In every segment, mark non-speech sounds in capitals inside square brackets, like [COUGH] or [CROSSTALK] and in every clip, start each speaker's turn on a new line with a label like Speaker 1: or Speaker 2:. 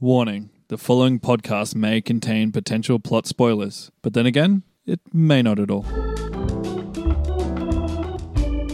Speaker 1: Warning the following podcast may contain potential plot spoilers, but then again, it may not at all.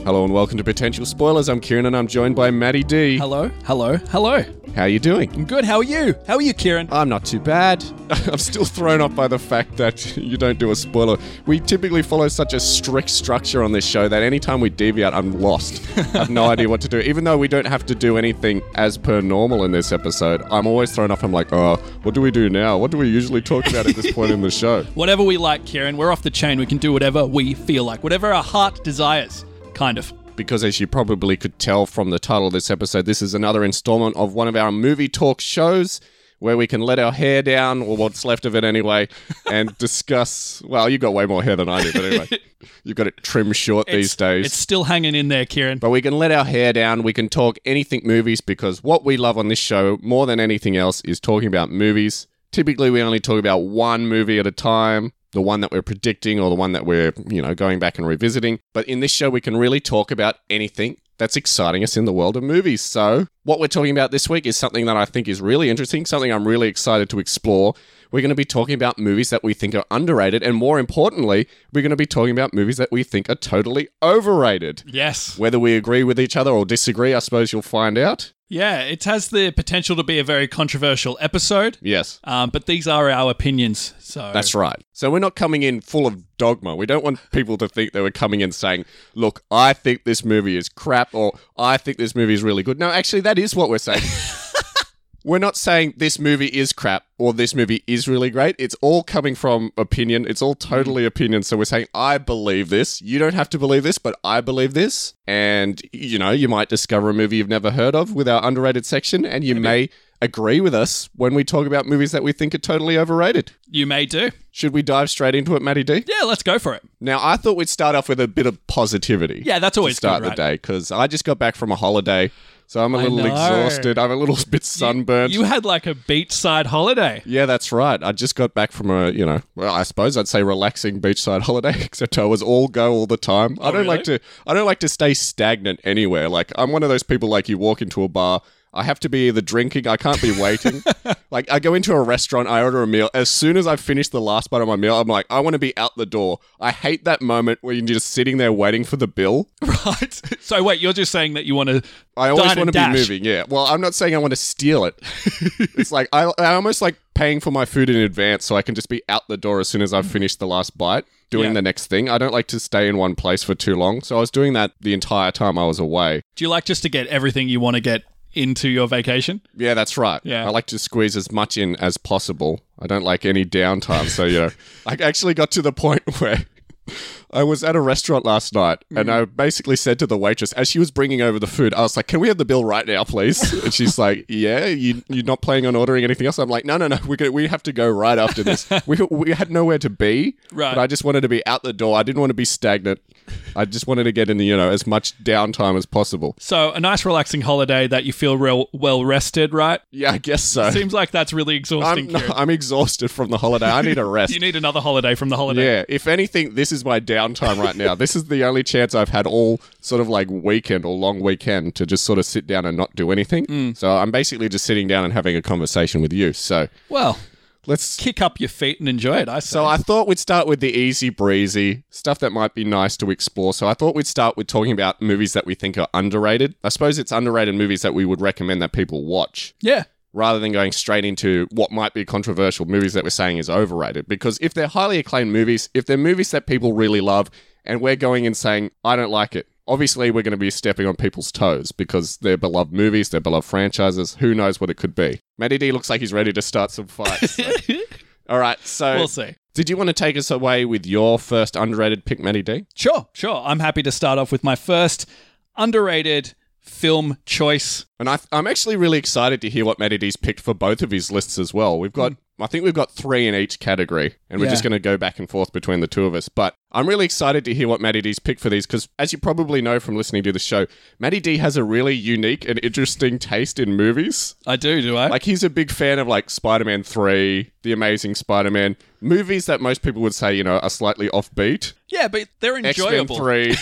Speaker 2: Hello and welcome to Potential Spoilers. I'm Kieran and I'm joined by Maddie D.
Speaker 3: Hello, hello, hello.
Speaker 2: How you doing?
Speaker 3: I'm good. How are you? How are you, Kieran?
Speaker 2: I'm not too bad. [LAUGHS] I'm still thrown off by the fact that you don't do a spoiler. We typically follow such a strict structure on this show that anytime we deviate, I'm [LAUGHS] lost. I have no idea what to do. Even though we don't have to do anything as per normal in this episode, I'm always thrown off. I'm like, oh, what do we do now? What do we usually talk about at this point in the show?
Speaker 3: Whatever we like, Kieran, we're off the chain. We can do whatever we feel like, whatever our heart desires, kind of.
Speaker 2: because as you probably could tell from the title of this episode, this is another installment of one of our movie talk shows where we can let our hair down, or what's left of it anyway, and discuss. Well, you got way more hair than I do, but anyway, you've got it trimmed short these days.
Speaker 3: It's still hanging in there, Kieran.
Speaker 2: But we can let our hair down. We can talk anything movies because what we love on this show more than anything else is talking about movies. Typically, we only talk about one movie at a time, the one that we're predicting or the one that we're, you know, going back and revisiting. But in this show, we can really talk about anything that's exciting us in the world of movies. So, what we're talking about this week is something that I think is really interesting, something I'm really excited to explore. We're going to be talking about movies that we think are underrated, and more importantly, we're going to be talking about movies that we think are totally overrated.
Speaker 3: yes.
Speaker 2: Whether we agree with each other or disagree, I suppose you'll find out.
Speaker 3: Yeah, it has the potential to be a very controversial episode,
Speaker 2: Yes.
Speaker 3: um, but these are our opinions. So
Speaker 2: That's right. So we're not coming in full of dogma. We don't want people to think that we're coming in saying, look, I think this movie is crap or I think this movie is really good. No, actually, that is what we're [LAUGHS] saying. we're not saying this movie is crap or this movie is really great. It's all coming from opinion. It's all totally opinion. So we're saying, I believe this. You don't have to believe this, but I believe this. And, you know, you might discover a movie you've never heard of with our underrated section, and you may agree with us when we talk about movies that we think are totally overrated.
Speaker 3: you may do.
Speaker 2: Should we dive straight into it, Matty D?
Speaker 3: Yeah, let's go for it.
Speaker 2: Now, I thought we'd start off with a bit of positivity.
Speaker 3: Yeah, that's always
Speaker 2: to start
Speaker 3: good, right?
Speaker 2: the day because I just got back from a holiday, so I'm a little
Speaker 3: know.
Speaker 2: exhausted. I'm a little [LAUGHS] bit sunburnt.
Speaker 3: You had like a beachside holiday. [LAUGHS]
Speaker 2: yeah, that's right. I just got back from a, you know, well, I suppose I'd say relaxing beachside [LAUGHS] holiday, except I was all go all the time. I don't like to I don't like to stay stagnant anywhere. Like I'm one of those people like you walk into a bar, I have to be either drinking, I can't be waiting. like I go into a restaurant, I order a meal. As soon as I finish the last bite of my meal, I'm like, I want to be out the door. I hate that moment where you're just sitting there waiting for the bill.
Speaker 3: Right. So wait, you're just saying that you want to
Speaker 2: I always
Speaker 3: Dine
Speaker 2: want
Speaker 3: and
Speaker 2: to be
Speaker 3: dash.
Speaker 2: moving. Yeah. Well, I'm not saying I want to steal it. [LAUGHS] it's like I, I almost like paying for my food in advance so I can just be out the door as soon as I've finished the last bite, doing
Speaker 3: Mm-hmm. Yeah.
Speaker 2: the next thing. I don't like to stay in one place for too long. So I was doing that the entire time I was away.
Speaker 3: Do you like just to get everything you want to get into your vacation?
Speaker 2: Yeah, that's right.
Speaker 3: Yeah.
Speaker 2: I like to squeeze as much in as possible. I don't like any downtime. So,
Speaker 3: [LAUGHS]
Speaker 2: you know, I actually got to the point [LAUGHS] where I was at a restaurant last night and
Speaker 3: Mm.
Speaker 2: I basically said to the waitress, as she was bringing over the food, I was like, can we have the bill right now,
Speaker 3: [LAUGHS]
Speaker 2: please? And she's like, yeah, you, you're not planning on ordering anything else? I'm like, no, no, no, we're gonna, we have to go right after
Speaker 3: [LAUGHS]
Speaker 2: this. we, we had nowhere to be.
Speaker 3: Right.
Speaker 2: But I just wanted to be out the door. I didn't want to be stagnant. I just wanted to get in, the, you know, as much downtime as possible.
Speaker 3: So a nice relaxing holiday that you feel real well rested, right?
Speaker 2: Yeah, I guess so.
Speaker 3: Seems like that's really exhausting.
Speaker 2: I'm, no,
Speaker 3: Kieran.
Speaker 2: [LAUGHS] I'm exhausted from the holiday. I need a rest.
Speaker 3: [LAUGHS] You need another holiday from the holiday.
Speaker 2: yeah, if anything, this is my downtime right now. this is the only chance I've had all sort of like weekend or long weekend to just sort of sit down and not do anything.
Speaker 3: Hmm.
Speaker 2: So I'm basically just sitting down and having a conversation with you. So
Speaker 3: Well,
Speaker 2: let's.
Speaker 3: kick up your feet and enjoy it. I say.
Speaker 2: So I thought we'd start with the easy breezy stuff that might be nice to explore. So I thought we'd start with talking about movies that we think are underrated. I suppose it's underrated movies that we would recommend that people watch
Speaker 3: yeah.
Speaker 2: rather than going straight into what might be controversial movies that we're saying is overrated. Because if they're highly acclaimed movies, if they're movies that people really love, and we're going and saying, I don't like it, obviously we're going to be stepping on people's toes because they're beloved movies, they're beloved franchises. Who knows what it could be? Matty D looks like he's ready to start some fights.
Speaker 3: [LAUGHS]
Speaker 2: so- All right, so
Speaker 3: We'll see.
Speaker 2: did you want to take us away with your first underrated pick, Matty D?
Speaker 3: Sure, sure. I'm happy to start off with my first underrated film choice.
Speaker 2: And I, I'm actually really excited to hear what Matty D's picked for both of his lists as well. We've got, I think we've got three in each category, and we're
Speaker 3: Yeah.
Speaker 2: just going to go back and forth between the two of us. But I'm really excited to hear what Matty D's picked for these because, as you probably know from listening to the show, Matty D has a really unique and interesting taste in movies.
Speaker 3: I do, do I?
Speaker 2: Like, he's a big fan of like Spider Man 3, The Amazing Spider Man, movies that most people would say, you know, are slightly offbeat.
Speaker 3: yeah, but they're
Speaker 2: X Men
Speaker 3: [LAUGHS] enjoyable.
Speaker 2: Three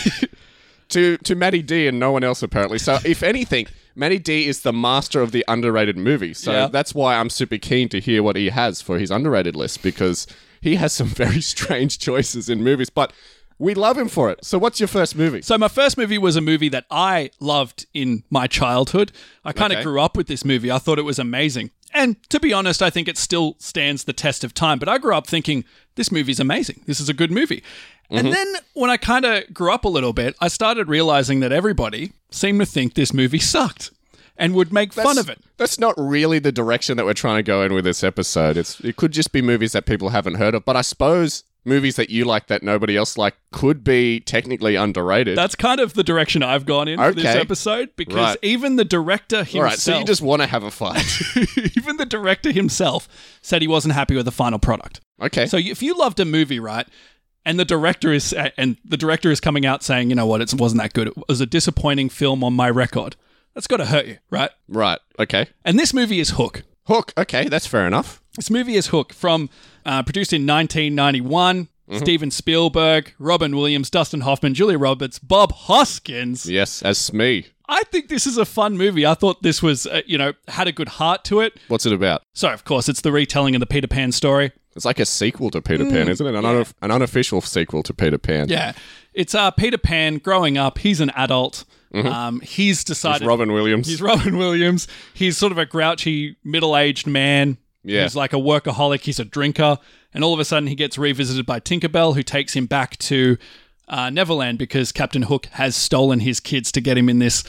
Speaker 2: to to Matty D and no one else apparently. So if anything, Matty D is the master of the underrated movie. So
Speaker 3: Yeah.
Speaker 2: that's why I'm super keen to hear what he has for his underrated list because he has some [LAUGHS] very strange choices in movies, but we love him for it. So what's your first movie?
Speaker 3: So my first movie was a movie that I loved in my childhood. I kind of
Speaker 2: Okay.
Speaker 3: grew up with this movie. I thought it was amazing. And to be honest, I think it still stands the test of time. But I grew up thinking this movie's amazing. This is a good movie.
Speaker 2: Mm-hmm.
Speaker 3: And then when I kind of grew up a little bit, I started realizing that everybody seemed to think this movie sucked and would make fun of it.
Speaker 2: That's not really the direction that we're trying to go in with this episode. It's it could just be movies that people haven't heard of, but I suppose movies that you like that nobody else like could be technically underrated.
Speaker 3: That's kind of the direction I've gone in for this
Speaker 2: Okay.
Speaker 3: episode because
Speaker 2: Right.
Speaker 3: even the director himself
Speaker 2: all right, so you just want to have a fight.
Speaker 3: [LAUGHS] even the director himself said he wasn't happy with the final product.
Speaker 2: Okay.
Speaker 3: So if you loved a movie, right, and the director is and the director is coming out saying, you know what, it wasn't that good. It was a disappointing film on my record. That's got to hurt you, right?
Speaker 2: right. Okay.
Speaker 3: And this movie is Hook.
Speaker 2: Hook. Okay, that's fair enough.
Speaker 3: This movie is Hook from uh, produced in 1991. Steven Spielberg, Robin Williams, Dustin Hoffman, Julia Roberts, Bob Hoskins.
Speaker 2: Yes, as Smee.
Speaker 3: I think this is a fun movie. I thought this was, uh, you know, had a good heart to it.
Speaker 2: What's it about?
Speaker 3: So, of course, it's the retelling of the Peter Pan story.
Speaker 2: It's like a sequel to Peter Pan, isn't it? An, unof- an unofficial sequel to Peter Pan.
Speaker 3: Mm, Yeah. It's uh, Peter Pan growing up. He's an adult. Um, he's
Speaker 2: It's
Speaker 3: decided.
Speaker 2: Mm-hmm. Robin Williams.
Speaker 3: [LAUGHS] He's Robin Williams. He's sort of a grouchy middle aged man.
Speaker 2: Yeah.
Speaker 3: He's like a workaholic. He's a drinker. And all of a sudden, he gets revisited by Tinkerbell, who takes him back to uh, Neverland because Captain Hook has stolen his kids to get him in this,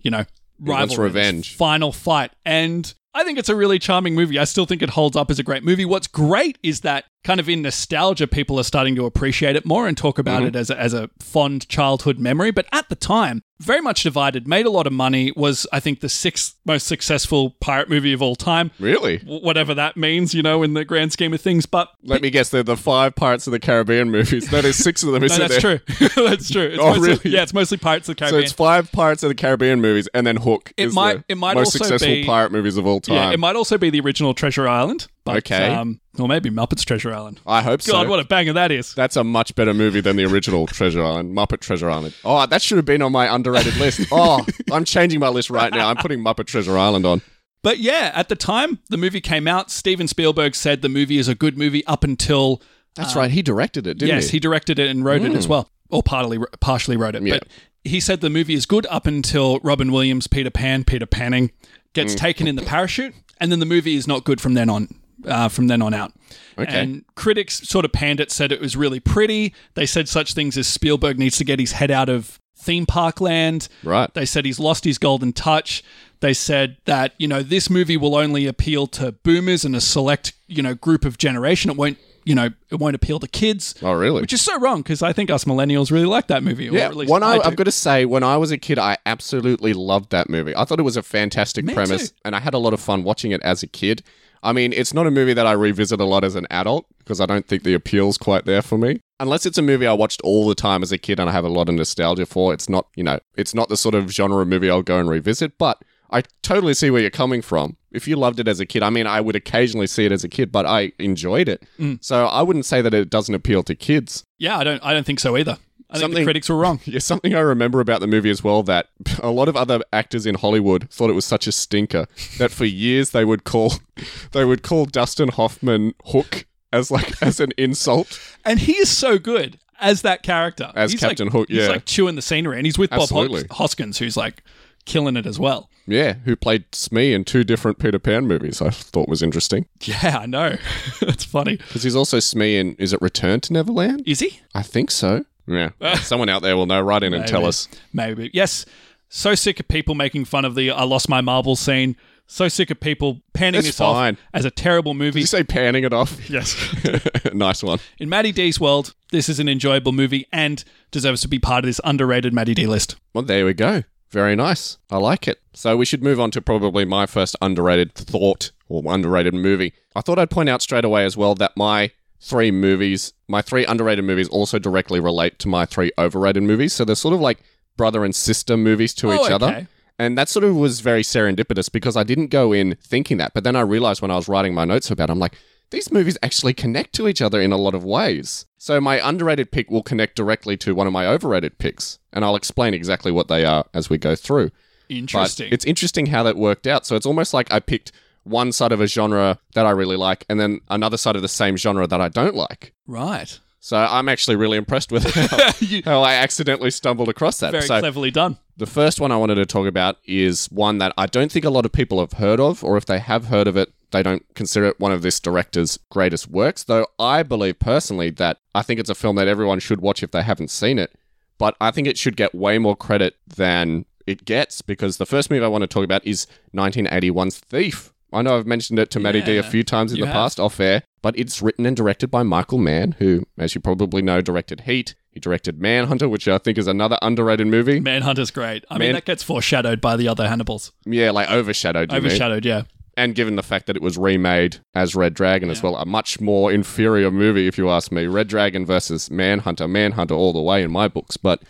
Speaker 3: you know,
Speaker 2: wants
Speaker 3: rivalry, this
Speaker 2: revenge.
Speaker 3: final fight. And I think it's a really charming movie. I still think it holds up as a great movie. What's great is that kind of in nostalgia, people are starting to appreciate it more and talk about
Speaker 2: Mm-hmm.
Speaker 3: it as a, as a fond childhood memory. But at the time, very much divided, made a lot of money, was, I think, the sixth most successful pirate movie of all time.
Speaker 2: really?
Speaker 3: W- Whatever that means, you know, in the grand scheme of things. But
Speaker 2: Let me guess, they're the five Pirates of the Caribbean movies. That is six of them,
Speaker 3: [LAUGHS] no,
Speaker 2: isn't
Speaker 3: that's
Speaker 2: there?
Speaker 3: true. [LAUGHS] that's true. It's
Speaker 2: Oh,
Speaker 3: mostly,
Speaker 2: really?
Speaker 3: Yeah, it's mostly Pirates of the
Speaker 2: So
Speaker 3: Caribbean.
Speaker 2: it's five Pirates of the Caribbean movies, and then Hook.
Speaker 3: It
Speaker 2: is
Speaker 3: might-
Speaker 2: the
Speaker 3: it might
Speaker 2: most
Speaker 3: also
Speaker 2: successful
Speaker 3: be-
Speaker 2: pirate movies of all time.
Speaker 3: yeah, it might also be the original Treasure Island. But,
Speaker 2: Okay.
Speaker 3: Um, or maybe Muppets Treasure Island.
Speaker 2: I hope so.
Speaker 3: God, what a banger that is.
Speaker 2: That's a much better movie than the original Treasure Island, Muppet Treasure Island. Oh, that should have been on my underrated list.
Speaker 3: [LAUGHS]
Speaker 2: Oh, I'm changing my list right now. I'm putting Muppet Treasure Island on.
Speaker 3: But yeah, at the time the movie came out, Steven Spielberg said the movie is a good movie up until
Speaker 2: That's right. He Hmm. directed it, didn't
Speaker 3: Um, yes, he directed it and wrote it as well, or partly partially wrote it. But he said the movie is good up until Robin Williams, Peter Pan, Peter Panning gets
Speaker 2: Hmm.
Speaker 3: taken in the parachute, and then the movie is not good from then on. Uh, from then on out,
Speaker 2: Okay.
Speaker 3: and critics sort of panned it, said it was really pretty. They said such things as Spielberg needs to get his head out of theme park land.
Speaker 2: Right.
Speaker 3: They said he's lost his golden touch. They said that, you know, this movie will only appeal to boomers and a select, you know, group of generation. It won't, you know, it won't appeal to kids.
Speaker 2: Oh, really?
Speaker 3: Which is so wrong because I think us millennials really like that movie. Or
Speaker 2: yeah,
Speaker 3: at least
Speaker 2: when I,
Speaker 3: I
Speaker 2: I've
Speaker 3: do.
Speaker 2: got to say, when I was a kid, I absolutely loved that movie. I thought it was a fantastic premise,
Speaker 3: too.
Speaker 2: and I had a lot of fun watching it as a kid. I mean, it's not a movie that I revisit a lot as an adult because I don't think the appeal's quite there for me. Unless it's a movie I watched all the time as a kid and I have a lot of nostalgia for, it's not, you know, it's not the sort of genre movie I'll go and revisit, but I totally see where you're coming from. If you loved it as a kid, I mean, I would occasionally see it as a kid, but I enjoyed it.
Speaker 3: Mm.
Speaker 2: So I wouldn't say that it doesn't appeal to kids.
Speaker 3: yeah, I don't, I don't think so either. I think the
Speaker 2: Something-
Speaker 3: critics were wrong.
Speaker 2: Yeah, something I remember about the movie as well that [LAUGHS] a lot of other actors in Hollywood thought it was such a stinker that for years they would call [LAUGHS] they would call Dustin Hoffman Hook as like [LAUGHS] as an insult.
Speaker 3: And he is so good as that character.
Speaker 2: As
Speaker 3: he's
Speaker 2: Captain
Speaker 3: like,
Speaker 2: Hook,
Speaker 3: He's
Speaker 2: yeah.
Speaker 3: like chewing the scenery and he's with Bob
Speaker 2: Absolutely.
Speaker 3: Hos- Hoskins, who's like killing it as well. [LAUGHS]
Speaker 2: Yeah, who played Smee in two different Peter Pan movies? I thought was interesting
Speaker 3: Yeah, I know. [LAUGHS] That's funny.
Speaker 2: because he's also Smee in is it Return to Neverland?
Speaker 3: Is he?
Speaker 2: I think so.
Speaker 3: [LAUGHS]
Speaker 2: Yeah, someone out there will know. Write in and tell
Speaker 3: Maybe.
Speaker 2: us.
Speaker 3: Maybe. Yes. So sick of people making fun of the I lost my marbles scene. So sick of people panning
Speaker 2: That's
Speaker 3: this
Speaker 2: fine.
Speaker 3: off as a terrible
Speaker 2: Did
Speaker 3: movie.
Speaker 2: you say panning it off?
Speaker 3: yes.
Speaker 2: [LAUGHS] nice one.
Speaker 3: In Maddie D's world, this is an enjoyable movie and deserves to be part of this underrated Maddie D list.
Speaker 2: Well, there we go. Very nice. I like it. So we should move on to probably my first underrated thought or underrated movie. I thought I'd point out straight away as well that my three movies, my three underrated movies, also directly relate to my three overrated movies. So they're sort of like brother and sister movies to
Speaker 3: Oh,
Speaker 2: each
Speaker 3: okay.
Speaker 2: other. And that sort of was very serendipitous because I didn't go in thinking that. But then I realized when I was writing my notes about it, I'm like, these movies actually connect to each other in a lot of ways. So my underrated pick will connect directly to one of my overrated picks. And I'll explain exactly what they are as we go through.
Speaker 3: Interesting.
Speaker 2: But it's interesting how that worked out. So it's almost like I picked one side of a genre that I really like and then another side of the same genre that I don't like.
Speaker 3: right.
Speaker 2: So I'm actually really impressed with [LAUGHS] how,
Speaker 3: [LAUGHS] You-
Speaker 2: how I accidentally stumbled across that.
Speaker 3: Very
Speaker 2: so
Speaker 3: cleverly done.
Speaker 2: the first one I wanted to talk about is one that I don't think a lot of people have heard of, or if they have heard of it, they don't consider it one of this director's greatest works. Though I believe personally that I think it's a film that everyone should watch if they haven't seen it, but I think it should get way more credit than it gets because the first movie I want to talk about is 1981's Thief. I know I've mentioned it to Maddie D a
Speaker 3: Yeah,
Speaker 2: few times in
Speaker 3: you
Speaker 2: the
Speaker 3: have.
Speaker 2: past off air, but it's written and directed by Michael Mann, who, as you probably know, directed Heat. He directed Manhunter, which I think is another underrated movie.
Speaker 3: Manhunter's great. I mean,
Speaker 2: Man-
Speaker 3: that gets foreshadowed by the other Hannibals.
Speaker 2: Yeah, like overshadowed. You mean.
Speaker 3: Overshadowed, yeah.
Speaker 2: And given the fact that it was remade as Red Dragon as well, a much more inferior movie, if you ask me. Red Dragon versus Manhunter, Manhunter all the way in my books. But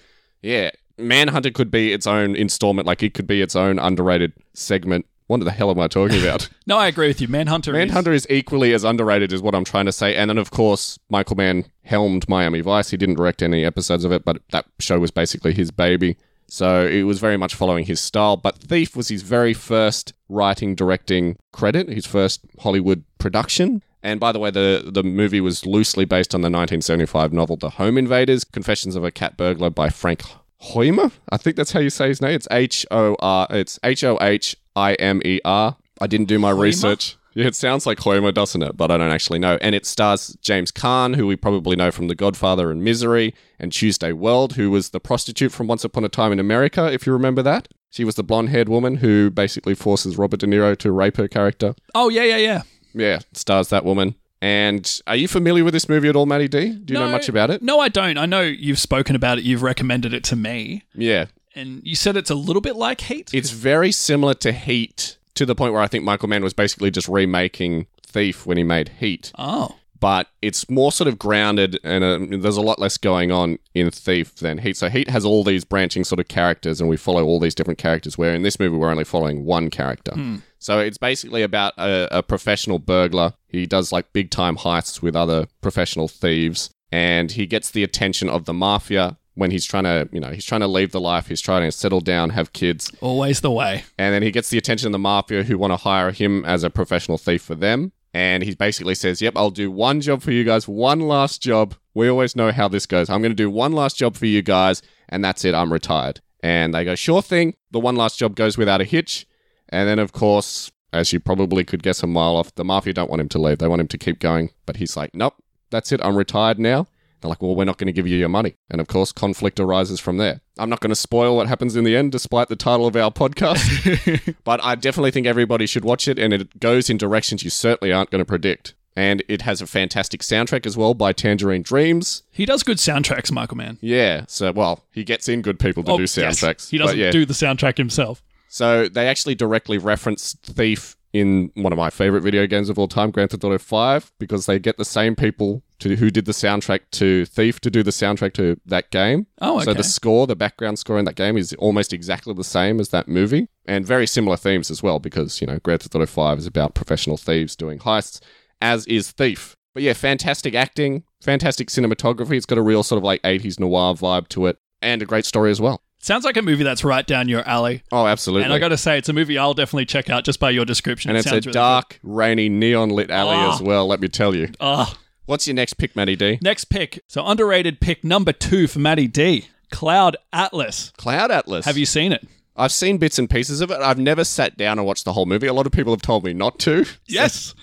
Speaker 2: yeah, Manhunter could be its own installment. Like it could be its own underrated segment. What the hell am I talking about?
Speaker 3: No, I agree with you. Manhunter,
Speaker 2: Manhunter is equally as underrated, is what I'm trying to say. And then, of course, Michael Mann helmed Miami Vice. He didn't direct any episodes of it, but that show was basically his baby. So it was very much following his style. But Thief was his very first writing, directing credit, his first Hollywood production. And by the way, the, the movie was loosely based on the 1975 novel The Home Invaders Confessions of a Cat Burglar by Frank Hoimer. I think that's how you say his name. It's H O R. It's H O H I M E R. I didn't do my research. Yeah, it sounds like Homer, doesn't it? But I don't actually know. And it stars James Caan, who we probably know from The Godfather and Misery, and Tuesday World, who was the prostitute from Once Upon a Time in America, if you remember that. She was the blonde haired woman who basically forces Robert De Niro to rape her character.
Speaker 3: is- Oh, yeah, yeah, yeah.
Speaker 2: Yeah, it stars that woman. And are you familiar with this movie at all, Matty D? Do you know
Speaker 3: No.
Speaker 2: much about it?
Speaker 3: No, I don't. I know you've spoken about it. You've recommended it to me.
Speaker 2: Yeah.
Speaker 3: And you said it's a little bit like Heat.
Speaker 2: It's very similar to Heat to the point where I think Michael Mann was basically just remaking Thief when he made Heat.
Speaker 3: oh.
Speaker 2: but it's more sort of grounded and um, there's a lot less going on in Thief than Heat. So Heat has all these branching sort of characters and we follow all these different characters where in this movie we're only following one character. So it's basically about a, a professional burglar. He does like big time heists with other professional thieves and he gets the attention of the mafia when he's trying to, you know, he's trying to leave the life, he's trying to settle down, have kids.
Speaker 3: Always the way.
Speaker 2: And then he gets the attention of the mafia who want to hire him as a professional thief for them. And he basically says, Yep, I'll do one job for you guys, one last job. We always know how this goes. I'm going to do one last job for you guys, and that's it. I'm retired. And they go, Sure thing. The one last job goes without a hitch. And then, of course, as you probably could guess a mile off, the mafia don't want him to leave. They want him to keep going. But he's like, Nope, that's it. I'm retired now. They're like, well, we're not going to give you your money. And of course, conflict arises from there. I'm not going to spoil what happens in the end, despite the title of our
Speaker 3: [LAUGHS]
Speaker 2: podcast. but I definitely think everybody should watch it, and it goes in directions you certainly aren't going to predict. And it has a fantastic soundtrack as well by Tangerine Dreams.
Speaker 3: He does good soundtracks, Michael Mann.
Speaker 2: Yeah. So, well, he gets in good people to do
Speaker 3: Oh, yes.
Speaker 2: soundtracks.
Speaker 3: He
Speaker 2: but
Speaker 3: doesn't
Speaker 2: yeah.
Speaker 3: do the soundtrack himself.
Speaker 2: So they actually directly reference Thief in one of my favorite video games of all time, Grand Theft Auto 5, because they get the same people to who did the soundtrack to Thief to do the soundtrack to that game.
Speaker 3: Oh, okay.
Speaker 2: So the score, the background score in that game is almost exactly the same as that movie, and very similar themes as well, because you know Grand Theft Auto Five is about professional thieves doing heists, as is Thief. But yeah, fantastic acting, fantastic cinematography. It's got a real sort of like '80s noir vibe to it, and a great story as well.
Speaker 3: Sounds like a movie that's right down your alley.
Speaker 2: Oh, absolutely.
Speaker 3: And I got to say, it's a movie I'll definitely check out just by your description.
Speaker 2: and
Speaker 3: It
Speaker 2: it's a
Speaker 3: sounds really
Speaker 2: dark, rainy, neon lit alley
Speaker 3: Ah.
Speaker 2: as well. Let me tell you.
Speaker 3: good. Ah.
Speaker 2: What's your next pick, Matty D?
Speaker 3: Next pick. So underrated pick number two for Matty D. Cloud Atlas.
Speaker 2: Cloud Atlas.
Speaker 3: Have you seen it?
Speaker 2: I've seen bits and pieces of it. I've never sat down and watched the whole movie. A lot of people have told me not to. [LAUGHS]
Speaker 3: Yes.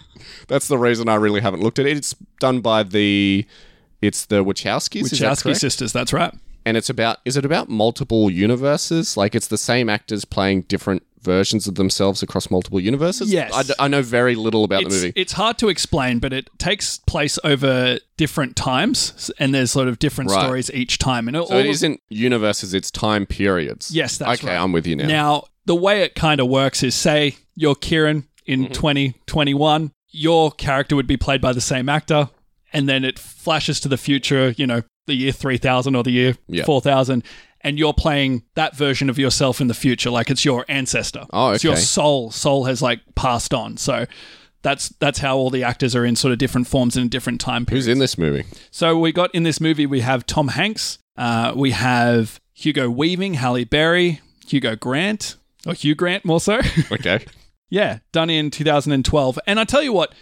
Speaker 2: That's the reason I really haven't looked at it. It's done by the it's the Wachowskis, is that
Speaker 3: Wachowski
Speaker 2: correct?
Speaker 3: sisters. That's right.
Speaker 2: and it's about is it about multiple universes? Like it's the same actors playing different versions of themselves across multiple universes.
Speaker 3: Yes.
Speaker 2: I, d- I know very little about
Speaker 3: It's,
Speaker 2: the movie.
Speaker 3: it's hard to explain, but it takes place over different times, and there's sort of different
Speaker 2: Right.
Speaker 3: stories each time. And all
Speaker 2: so it
Speaker 3: of-
Speaker 2: isn't universes; it's time periods.
Speaker 3: Yes, that's
Speaker 2: okay.
Speaker 3: right.
Speaker 2: I'm with you now.
Speaker 3: Now, the way it kind of works is say you're Kieran in
Speaker 2: Mm-hmm.
Speaker 3: 2021, your character would be played by the same actor, and then it flashes to the future, you know, the year 3000 or the year
Speaker 2: Yeah.
Speaker 3: 4000, and you're playing that version of yourself in the future. Like it's your ancestor.
Speaker 2: Oh,
Speaker 3: It's your
Speaker 2: okay.
Speaker 3: soul. Soul has like passed on. So. That's that's how all the actors are in sort of different forms in different time periods.
Speaker 2: Who's in this movie?
Speaker 3: So we got in this movie, we have Tom Hanks, uh, we have Hugo Weaving, Halle Berry, Hugo Grant, or Hugh Grant more so. [LAUGHS]
Speaker 2: Okay.
Speaker 3: yeah, done in 2012. And I tell you what,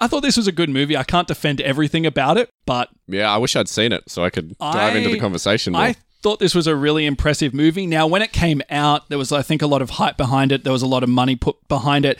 Speaker 3: I thought this was a good movie. I can't defend everything about it, but
Speaker 2: [LAUGHS] Yeah, I wish I'd seen it so I could dive into
Speaker 3: I-
Speaker 2: the conversation more.
Speaker 3: I thought this was a really impressive movie. Now, when it came out, there was, I think, a lot of hype behind it. There was a lot of money put behind it.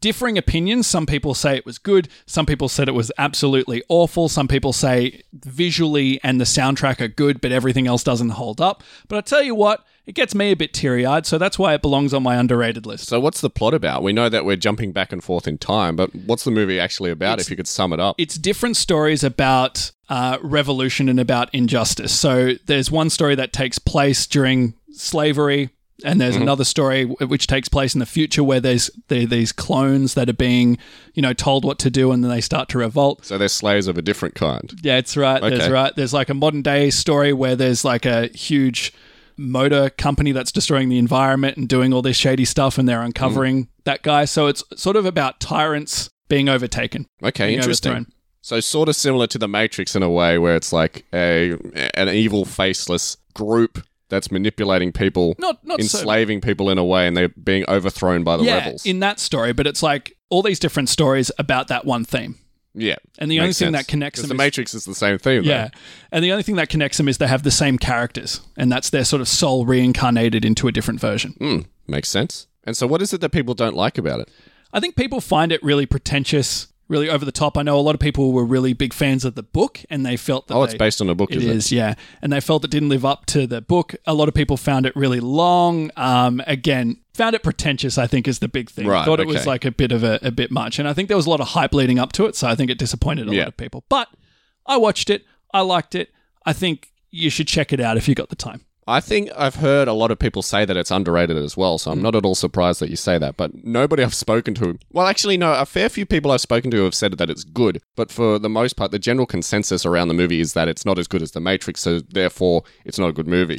Speaker 3: Differing opinions. Some people say it was good. Some people said it was absolutely awful. Some people say visually and the soundtrack are good, but everything else doesn't hold up. But I tell you what, it gets me a bit teary eyed, so that's why it belongs on my underrated list.
Speaker 2: so what's the plot about? We know that we're jumping back and forth in time, but what's the movie actually about if you could sum it up?
Speaker 3: it's different stories about uh, revolution and about injustice. So there's one story that takes place during slavery, and there's
Speaker 2: Mm-hmm.
Speaker 3: another story w- which takes place in the future where there's there are these clones that are being, you know, told what to do, and then they start to revolt.
Speaker 2: so they're slaves of a different kind.
Speaker 3: Yeah, it's right. That's
Speaker 2: Okay.
Speaker 3: right. There's like a modern day story where there's like a huge motor company that's destroying the environment and doing all this shady stuff, and they're
Speaker 2: Mm.
Speaker 3: uncovering that guy. So it's sort of about tyrants being overtaken.
Speaker 2: Okay,
Speaker 3: being
Speaker 2: interesting.
Speaker 3: overthrown.
Speaker 2: So sort of similar to the Matrix in a way, where it's like a an evil, faceless group that's manipulating people,
Speaker 3: Not not so
Speaker 2: enslaving people in a way, and they're being overthrown by the
Speaker 3: yeah,
Speaker 2: rebels.
Speaker 3: in that story, but it's like all these different stories about that one theme.
Speaker 2: yeah,
Speaker 3: And the only
Speaker 2: makes
Speaker 3: thing
Speaker 2: sense.
Speaker 3: that connects
Speaker 2: 'Cause
Speaker 3: them
Speaker 2: the
Speaker 3: is-
Speaker 2: Matrix is the same theme.
Speaker 3: Yeah. And the only thing that connects them is they have the same characters, and that's their sort of soul reincarnated into a different version.
Speaker 2: though. Hmm, makes sense. And so, what is it that people don't like about it?
Speaker 3: I think people find it really pretentious, really over the top. I know a lot of people were really big fans of the book, and they felt that
Speaker 2: Oh,
Speaker 3: they,
Speaker 2: it's based on a book,
Speaker 3: It
Speaker 2: is it?
Speaker 3: is, yeah. And they felt it didn't live up to the book. A lot of people found it really long. Um, again, found it pretentious, I think, is the big thing.
Speaker 2: Right,
Speaker 3: Thought it was
Speaker 2: okay.
Speaker 3: like a bit of a, a bit much. And I think there was a lot of hype leading up to it, so I think it disappointed a
Speaker 2: Yeah.
Speaker 3: lot of people. But I watched it, I liked it. I think you should check it out if you got the time.
Speaker 2: I think I've heard a lot of people say that it's underrated as well, so I'm not at all surprised that you say that. But nobody I've spoken to, well, actually, no, a fair few people I've spoken to have said that it's good. But for the most part, the general consensus around the movie is that it's not as good as The Matrix, so therefore, it's not a good movie.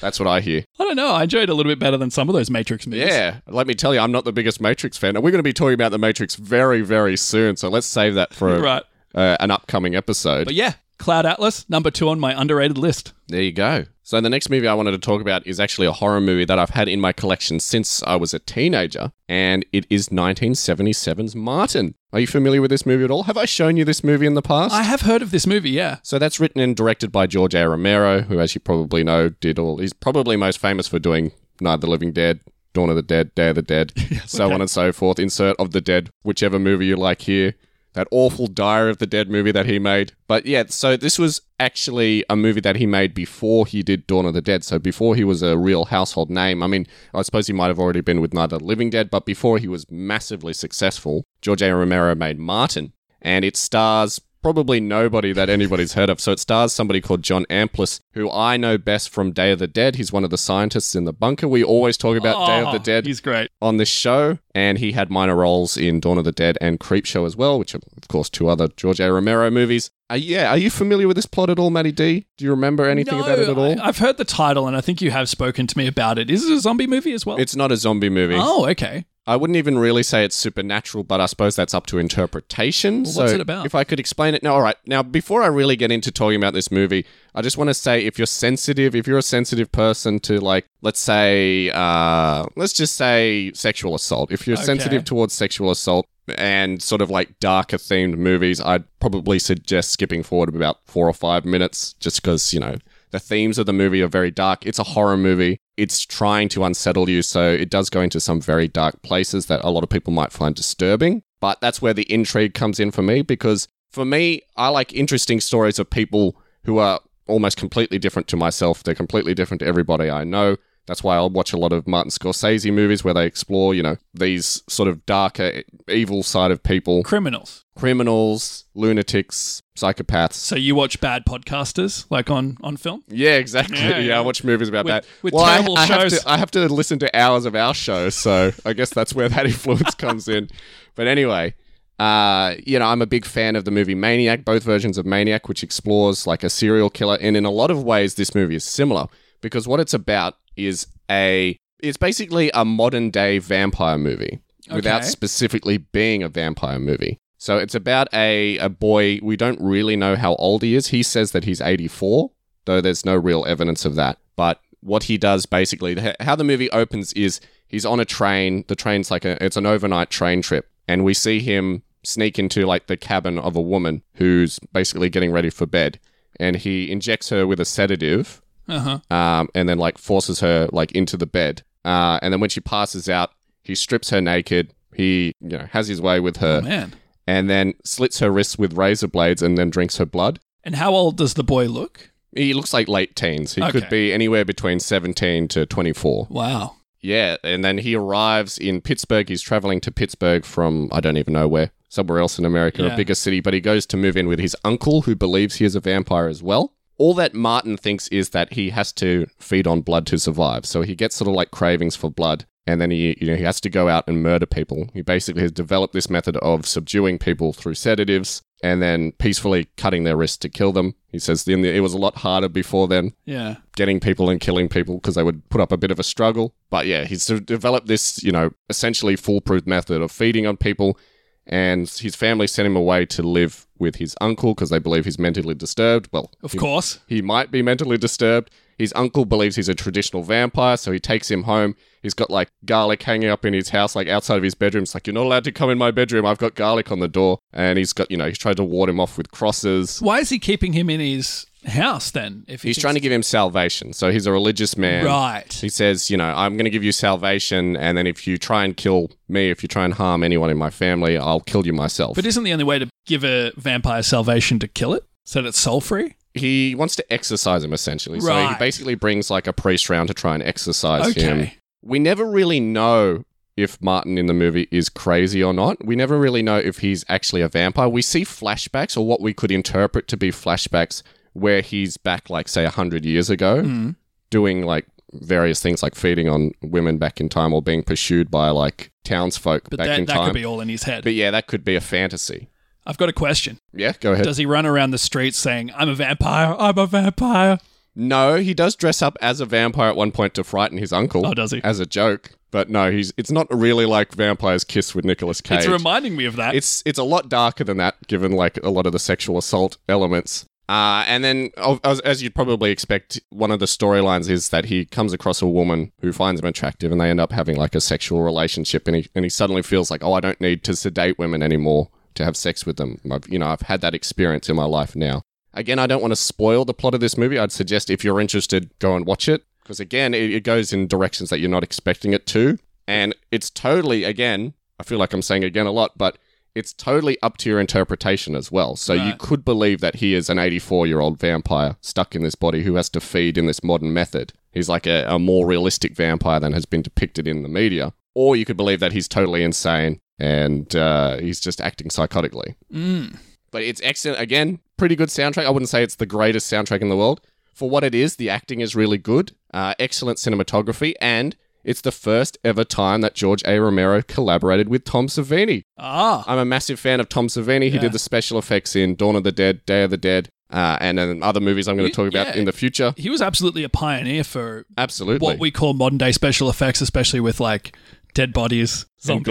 Speaker 2: That's what I hear.
Speaker 3: I don't know. I enjoyed it a little bit better than some of those Matrix movies.
Speaker 2: Yeah, let me tell you, I'm not the biggest Matrix fan, and we're going to be talking about The Matrix very, very soon, so let's save that for a-
Speaker 3: Right.
Speaker 2: uh, an upcoming episode.
Speaker 3: But yeah, Cloud Atlas, number two on my underrated list.
Speaker 2: There you go. So the next movie I wanted to talk about is actually a horror movie that I've had in my collection since I was a teenager, and it is 1977's Martin. Are you familiar with this movie at all? Have I shown you this movie in the past?
Speaker 3: I have heard of this movie, yeah.
Speaker 2: so that's written and directed by George A. Romero, who, as you probably know, did all. He's probably most famous for doing Night of the Living Dead, Dawn of the Dead, Day of the Dead, so on and so forth. Insert of the Dead, whichever movie you like here. That awful Diary of the Dead movie that he made. But yeah, so this was actually a movie that he made before he did Dawn of the Dead. So before he was a real household name. I mean, I suppose he might have already been with Night of the Living Dead, but before he was massively successful, George A. Romero made Martin. And it stars probably nobody that anybody's heard of. So it stars somebody called John Amplis, who I know best from Day of the Dead. He's one of the scientists in the bunker. We always talk about Day of
Speaker 3: Oh,
Speaker 2: the Dead
Speaker 3: He's great.
Speaker 2: on this show, and he had minor roles in Dawn of the Dead and Creepshow as well, which are, of course, two other George A. Romero movies. Uh, yeah, are you familiar with this plot at all, Matty D? Do you remember anything about it at all?
Speaker 3: I, have heard the title, and I think you have spoken to me about it. Is it a zombie movie as well?
Speaker 2: it's not a zombie movie.
Speaker 3: oh, okay.
Speaker 2: I wouldn't even really say it's supernatural, but I suppose that's up to interpretation.
Speaker 3: Well,
Speaker 2: so
Speaker 3: what's it about?
Speaker 2: If I could explain it now, all right. Now, before I really get into talking about this movie, I just want to say if you're sensitive, if you're a sensitive person to like, let's say, uh, let's just say sexual assault. If you're
Speaker 3: Okay.
Speaker 2: sensitive towards sexual assault and sort of like darker themed movies, I'd probably suggest skipping forward about four or five minutes, just because you know the themes of the movie are very dark. It's a horror movie. It's trying to unsettle you, so it does go into some very dark places that a lot of people might find disturbing. But that's where the intrigue comes in for me because for me, I like interesting stories of people who are almost completely different to myself. They're completely different to everybody I know. That's why I'll watch a lot of Martin Scorsese movies where they explore, you know, these sort of darker, evil side of people
Speaker 3: Criminals.
Speaker 2: criminals, lunatics, psychopaths.
Speaker 3: So you watch bad podcasters, like on on film?
Speaker 2: Yeah, exactly. Yeah,
Speaker 3: Yeah, yeah.
Speaker 2: I watch movies about
Speaker 3: With-
Speaker 2: that.
Speaker 3: with
Speaker 2: I-
Speaker 3: terrible
Speaker 2: I, have
Speaker 3: shows.
Speaker 2: to, I have to listen to hours of our show, so I guess that's where that [LAUGHS] influence comes in. But anyway, uh, you know, I'm a big fan of the movie Maniac, both versions of Maniac, which explores like a serial killer, and in a lot of ways, this movie is similar because what it's about is a it's basically a modern day vampire movie without
Speaker 3: Okay.
Speaker 2: specifically being a vampire movie. So it's about a, a boy. We don't really know how old he is. He says that he's 84, though there's no real evidence of that. But what he does basically. The- How the movie opens is he's on a train. The train's like a, it's an overnight train trip, and we see him sneak into like the cabin of a woman who's basically getting ready for bed, and he injects her with a sedative,
Speaker 3: Uh huh.
Speaker 2: um, and then like forces her like into the bed. Uh, and then when she passes out, he strips her naked. He you know has his way with her,
Speaker 3: Oh, Man.
Speaker 2: and then slits her wrists with razor blades, and then drinks her blood.
Speaker 3: And how old does the boy look?
Speaker 2: He looks like late teens. He
Speaker 3: Okay.
Speaker 2: could be anywhere between 17 to 24.
Speaker 3: Wow.
Speaker 2: Yeah, and then he arrives in Pittsburgh. He's traveling to Pittsburgh from I don't even know where, somewhere else in America,
Speaker 3: Yeah.
Speaker 2: a bigger city, but he goes to move in with his uncle who believes he is a vampire as well. All that Martin thinks is that he has to feed on blood to survive. So he gets sort of like cravings for blood and then he you know he has to go out and murder people. He basically has developed this method of subduing people through sedatives and then peacefully cutting their wrists to kill them. He says in the, it was a lot harder before then
Speaker 3: Yeah.
Speaker 2: getting people and killing people because they would put up a bit of a struggle. But yeah, he's sort of developed this, you know, essentially foolproof method of feeding on people. And his family sent him away to live with his uncle because they believe he's mentally disturbed. Well,
Speaker 3: Of
Speaker 2: he,
Speaker 3: course.
Speaker 2: he might be mentally disturbed. His uncle believes he's a traditional vampire, so he takes him home. He's got like garlic hanging up in his house, like outside of his bedroom. It's like, you're not allowed to come in my bedroom. I've got garlic on the door. And he's got, you know, he's tried to ward him off with crosses.
Speaker 3: Why is he keeping him in his house then? If he
Speaker 2: He's
Speaker 3: thinks-
Speaker 2: trying to give him salvation. So he's a religious man.
Speaker 3: right.
Speaker 2: He says, you know, I'm going to give you salvation, and then if you try and kill me, if you try and harm anyone in my family, I'll kill you myself.
Speaker 3: But isn't the only way to give a vampire salvation to kill it so that it's soul free?
Speaker 2: he wants to exorcise him essentially, so he
Speaker 3: Right.
Speaker 2: basically brings like a priest round to try and exorcise
Speaker 3: Okay.
Speaker 2: him. We never really know if Martin in the movie is crazy or not. We never really know if he's actually a vampire. We see flashbacks or what we could interpret to be flashbacks where he's back, like say, hundred years ago.
Speaker 3: Mm.
Speaker 2: doing like various things like feeding on women back in time or being pursued by like townsfolk
Speaker 3: But
Speaker 2: back in
Speaker 3: that, that
Speaker 2: time.
Speaker 3: could be all in his head.
Speaker 2: but yeah, that could be a fantasy.
Speaker 3: I've got a question.
Speaker 2: Yeah, go ahead.
Speaker 3: Does he run around the streets saying, I'm a vampire, I'm a vampire?
Speaker 2: no, he does dress up as a vampire at one point to frighten his uncle.
Speaker 3: Oh, does he?
Speaker 2: As a joke. But no, he's it's not really like Vampire's Kiss with Nicolas Cage.
Speaker 3: It's reminding me of that.
Speaker 2: it's it's a lot darker than that, given like a lot of the sexual assault elements. Uh, and then, of- as, as you'd probably expect, one of the storylines is that he comes across a woman who finds him attractive, and they end up having like a sexual relationship, and he and he suddenly feels like, oh, I don't need to sedate women anymore to have sex with them. I've, you know, I've had that experience in my life now. Again, I don't want to spoil the plot of this movie. I'd suggest if you're interested, go and watch it because again, it, it goes in directions that you're not expecting it to, and it's totally again. I feel like I'm saying again a lot, but it's totally up to your interpretation as well. So you
Speaker 3: Right.
Speaker 2: could believe that he is an 84 year old vampire stuck in this body who has to feed in this modern method. He's like a, a more realistic vampire than has been depicted in the media. Or you could believe that he's totally insane and uh, he's just acting psychotically.
Speaker 3: Mm.
Speaker 2: But it's excellent. Again, pretty good soundtrack. I wouldn't say it's the greatest soundtrack in the world. For what it is, the acting is really good, uh, excellent cinematography, and it's the first ever time that George A. Romero collaborated with Tom Savini.
Speaker 3: Ah,
Speaker 2: I'm a massive fan of Tom Savini. He
Speaker 3: Yeah.
Speaker 2: did the special effects in Dawn of the Dead, Day of the Dead, uh, and then other movies I'm going
Speaker 3: You-
Speaker 2: to talk about
Speaker 3: yeah.
Speaker 2: in the future.
Speaker 3: he was absolutely a pioneer for
Speaker 2: Absolutely.
Speaker 3: what we call modern day special effects, especially with like dead bodies,
Speaker 2: And
Speaker 3: zombies,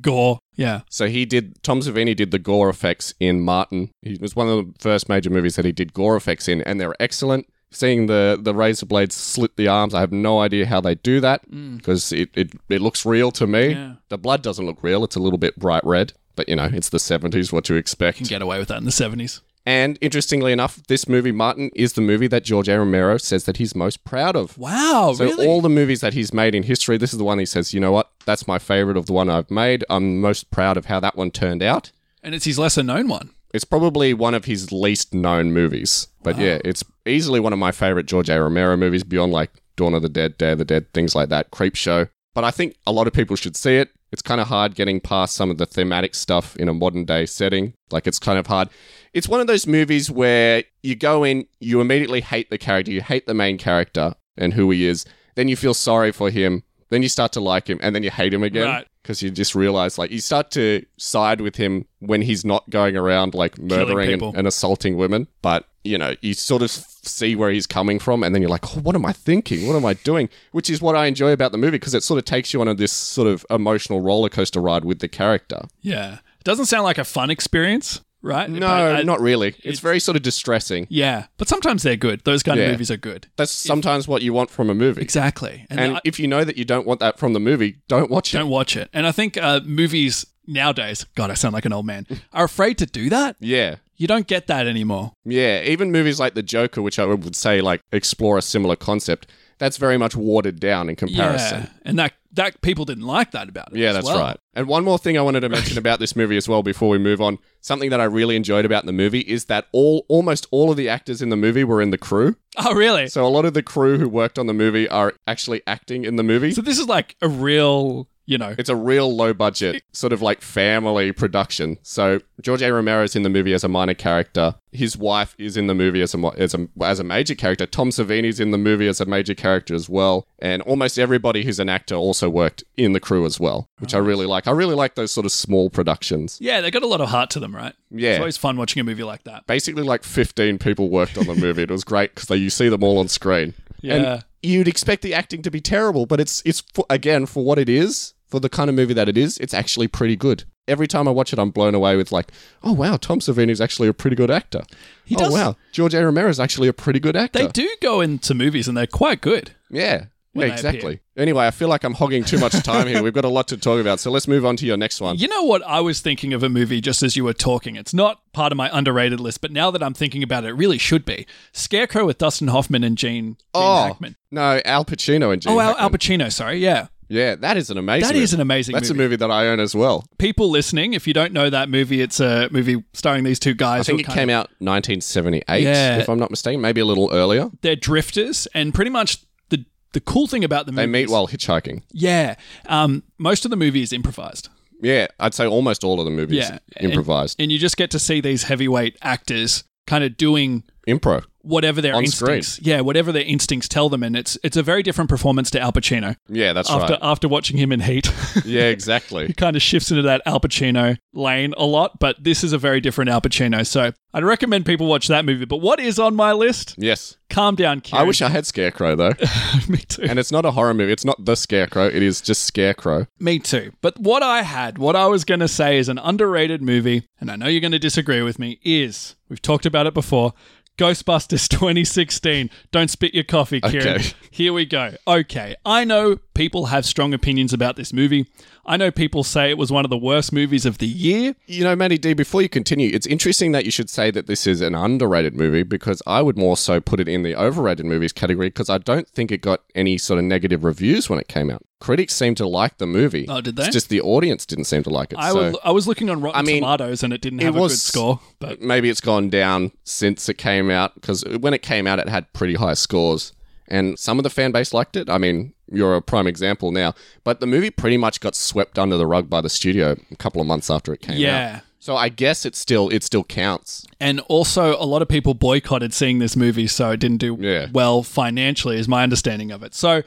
Speaker 2: gore.
Speaker 3: gore. Yeah.
Speaker 2: so he did Tom Savini did the gore effects in Martin. He it was one of the first major movies that he did gore effects in, and they're excellent. Seeing the the razor blades slit the arms, I have no idea how they do that because it, it it looks real to me.
Speaker 3: Mm. Yeah.
Speaker 2: The blood doesn't look real; it's a little bit bright red, but you know it's the 70s. What do you expect?
Speaker 3: Can [LAUGHS] get away with that in the 70s.
Speaker 2: And interestingly enough, this movie, Martin, is the movie that George A. Romero says that he's most proud of.
Speaker 3: Wow,
Speaker 2: So
Speaker 3: really?
Speaker 2: all the movies that he's made in history, this is the one he says, you know what, that's my favorite of the one I've made. I'm most proud of how that one turned out.
Speaker 3: and it's his lesser known one.
Speaker 2: It's probably one of his least known movies. But yeah, it's easily one of my favorite George A. Romero movies beyond like Dawn of the Dead, Day of the Dead, things like that, Creep Show. But I think a lot of people should see it. It's kind of hard getting past some of the thematic stuff in a modern day setting. Like it's kind of hard. It's one of those movies where you go in, you immediately hate the character, you hate the main character and who he is. Then you feel sorry for him. Then you start to like him and then you hate him again
Speaker 3: Right.
Speaker 2: because you just realize like you start to side with him when he's not going around like murdering and,
Speaker 3: people.
Speaker 2: and assaulting women but you know you sort of see where he's coming from and then you're like oh, what am i thinking what am i doing which is what i enjoy about the movie because it sort of takes you on a, this sort of emotional roller coaster ride with the character
Speaker 3: Yeah. It doesn't sound like a fun experience. right?
Speaker 2: No,
Speaker 3: But I-
Speaker 2: not really. It's,
Speaker 3: it's-
Speaker 2: very sort of distressing.
Speaker 3: Yeah, but sometimes they're good. Those kind
Speaker 2: Yeah.
Speaker 3: of movies are good.
Speaker 2: That's sometimes what you want from a movie.
Speaker 3: Exactly. And,
Speaker 2: And
Speaker 3: I-
Speaker 2: if you know that you don't want that from the movie, don't watch it.
Speaker 3: don't watch it. And I think uh, movies nowadays, God, I sound like an
Speaker 2: [LAUGHS]
Speaker 3: old man, are afraid to do that.
Speaker 2: Yeah.
Speaker 3: You don't get that anymore.
Speaker 2: Yeah, even movies like The Joker, which I would say like explore a similar concept, that's very much watered down in comparison.
Speaker 3: Yeah, and that that people didn't like that about it.
Speaker 2: Yeah,
Speaker 3: as
Speaker 2: that's
Speaker 3: well.
Speaker 2: right. And one more thing I wanted to mention about this movie as well before we move on. Something that I really enjoyed about the movie is that all almost all of the actors in the movie were in the crew.
Speaker 3: Oh, really? So,
Speaker 2: So a lot of the crew who worked on the movie are actually acting in the movie.
Speaker 3: this is like a real, you know,
Speaker 2: It's a real low budget, sort of like family production. So George A. Romero's in the movie as a minor character. His wife is in the movie as a mo- as a as a major character. Tom Savini's in the movie as a major character as well. And almost everybody who's an actor also worked in the crew as well, which I really like. I really like those sort of small productions.
Speaker 3: yeah, they got a lot of heart to them, right?
Speaker 2: Yeah.
Speaker 3: It's always fun watching a movie like that.
Speaker 2: Basically, like 15 people worked on the movie. It was great because you see them all on screen.
Speaker 3: Yeah.
Speaker 2: And you'd expect the acting to be terrible, but it's it's for, again for what it is, for the kind of movie that it is, it's actually pretty good. Every time I watch it, I'm blown away with like, oh wow, Tom Savini's actually a pretty good actor.
Speaker 3: He
Speaker 2: oh
Speaker 3: does-
Speaker 2: wow, George A. Romero's actually a pretty good actor.
Speaker 3: They do go into movies and they're quite good.
Speaker 2: yeah. Yeah,
Speaker 3: when they
Speaker 2: exactly. Anyway, I feel like I'm hogging too much time here. We've got a lot to talk about, so let's move on to your next one.
Speaker 3: You know what? I was thinking of a movie just as you were talking. It's not part of my underrated list, but now that I'm thinking about it, it really should be. Scarecrow with Dustin Hoffman and Gene, Gene
Speaker 2: oh
Speaker 3: Hackman.
Speaker 2: no, Al Pacino and Gene.
Speaker 3: Oh, Al, Al
Speaker 2: Hackman.
Speaker 3: Pacino, sorry. Yeah.
Speaker 2: yeah, that is an amazing.
Speaker 3: That is an amazing
Speaker 2: That's
Speaker 3: movie.
Speaker 2: a movie that I own as well.
Speaker 3: People listening, if you don't know that movie, it's a movie starring these two guys.
Speaker 2: I think
Speaker 3: who
Speaker 2: it
Speaker 3: are kind
Speaker 2: came out 1978,
Speaker 3: Yeah.
Speaker 2: if I'm not mistaken, maybe a little earlier.
Speaker 3: of- they're drifters, and pretty much the the cool thing about the movie.
Speaker 2: They meet while hitchhiking.
Speaker 3: Yeah. Um, most of the movie is improvised.
Speaker 2: Yeah, I'd say almost all of the movies
Speaker 3: Yeah, and-
Speaker 2: improvised.
Speaker 3: And you just get to see these heavyweight actors kind of doing
Speaker 2: Impro.
Speaker 3: whatever their
Speaker 2: On
Speaker 3: instincts. Yeah, whatever their instincts tell them. And it's it's a very different performance to Al Pacino.
Speaker 2: Yeah, that's
Speaker 3: after
Speaker 2: right.
Speaker 3: after watching him in Heat. [LAUGHS]
Speaker 2: Yeah,
Speaker 3: he [LAUGHS]
Speaker 2: exactly.
Speaker 3: kind of shifts into that Al Pacino lane a lot, but this is a very different Al Pacino. So I'd recommend people watch that movie. But what is on my list?
Speaker 2: yes.
Speaker 3: Calm down, Kieran.
Speaker 2: I wish I had Scarecrow though.
Speaker 3: [LAUGHS] me too.
Speaker 2: and it's not a horror movie. It's not the Scarecrow. It is just Scarecrow.
Speaker 3: Me too. But what I had, what I was going to say is an underrated movie, and I know you're going to disagree with me, is we've talked about it before Ghostbusters [LAUGHS] 2016. Don't spit your coffee, Kieran.
Speaker 2: Okay.
Speaker 3: Here we go. Okay. I know people have strong opinions about this movie. I know people say it was one of the worst movies of the year.
Speaker 2: You know, Matty D, before you continue, it's interesting that you should say that this is an underrated movie because I would more so put it in the overrated movies category because I don't think it got any sort of negative reviews when it came out. Critics seemed to like the movie.
Speaker 3: Oh, did they?
Speaker 2: It's just the audience didn't seem to like it.
Speaker 3: I,
Speaker 2: so-
Speaker 3: was, I was looking on Rotten
Speaker 2: I mean,
Speaker 3: Tomatoes and it didn't
Speaker 2: it
Speaker 3: have a
Speaker 2: was-
Speaker 3: good score. But
Speaker 2: maybe it's gone down since it came out because when it came out, it had pretty high scores, and some of the fan base liked it. I mean, you're a prime example now, but the movie pretty much got swept under the rug by the studio a couple of months after it came out.
Speaker 3: yeah.
Speaker 2: So I guess it still it still counts.
Speaker 3: And also, a lot of people boycotted seeing this movie, so it didn't do
Speaker 2: Yeah.
Speaker 3: well financially, is my understanding of it. So,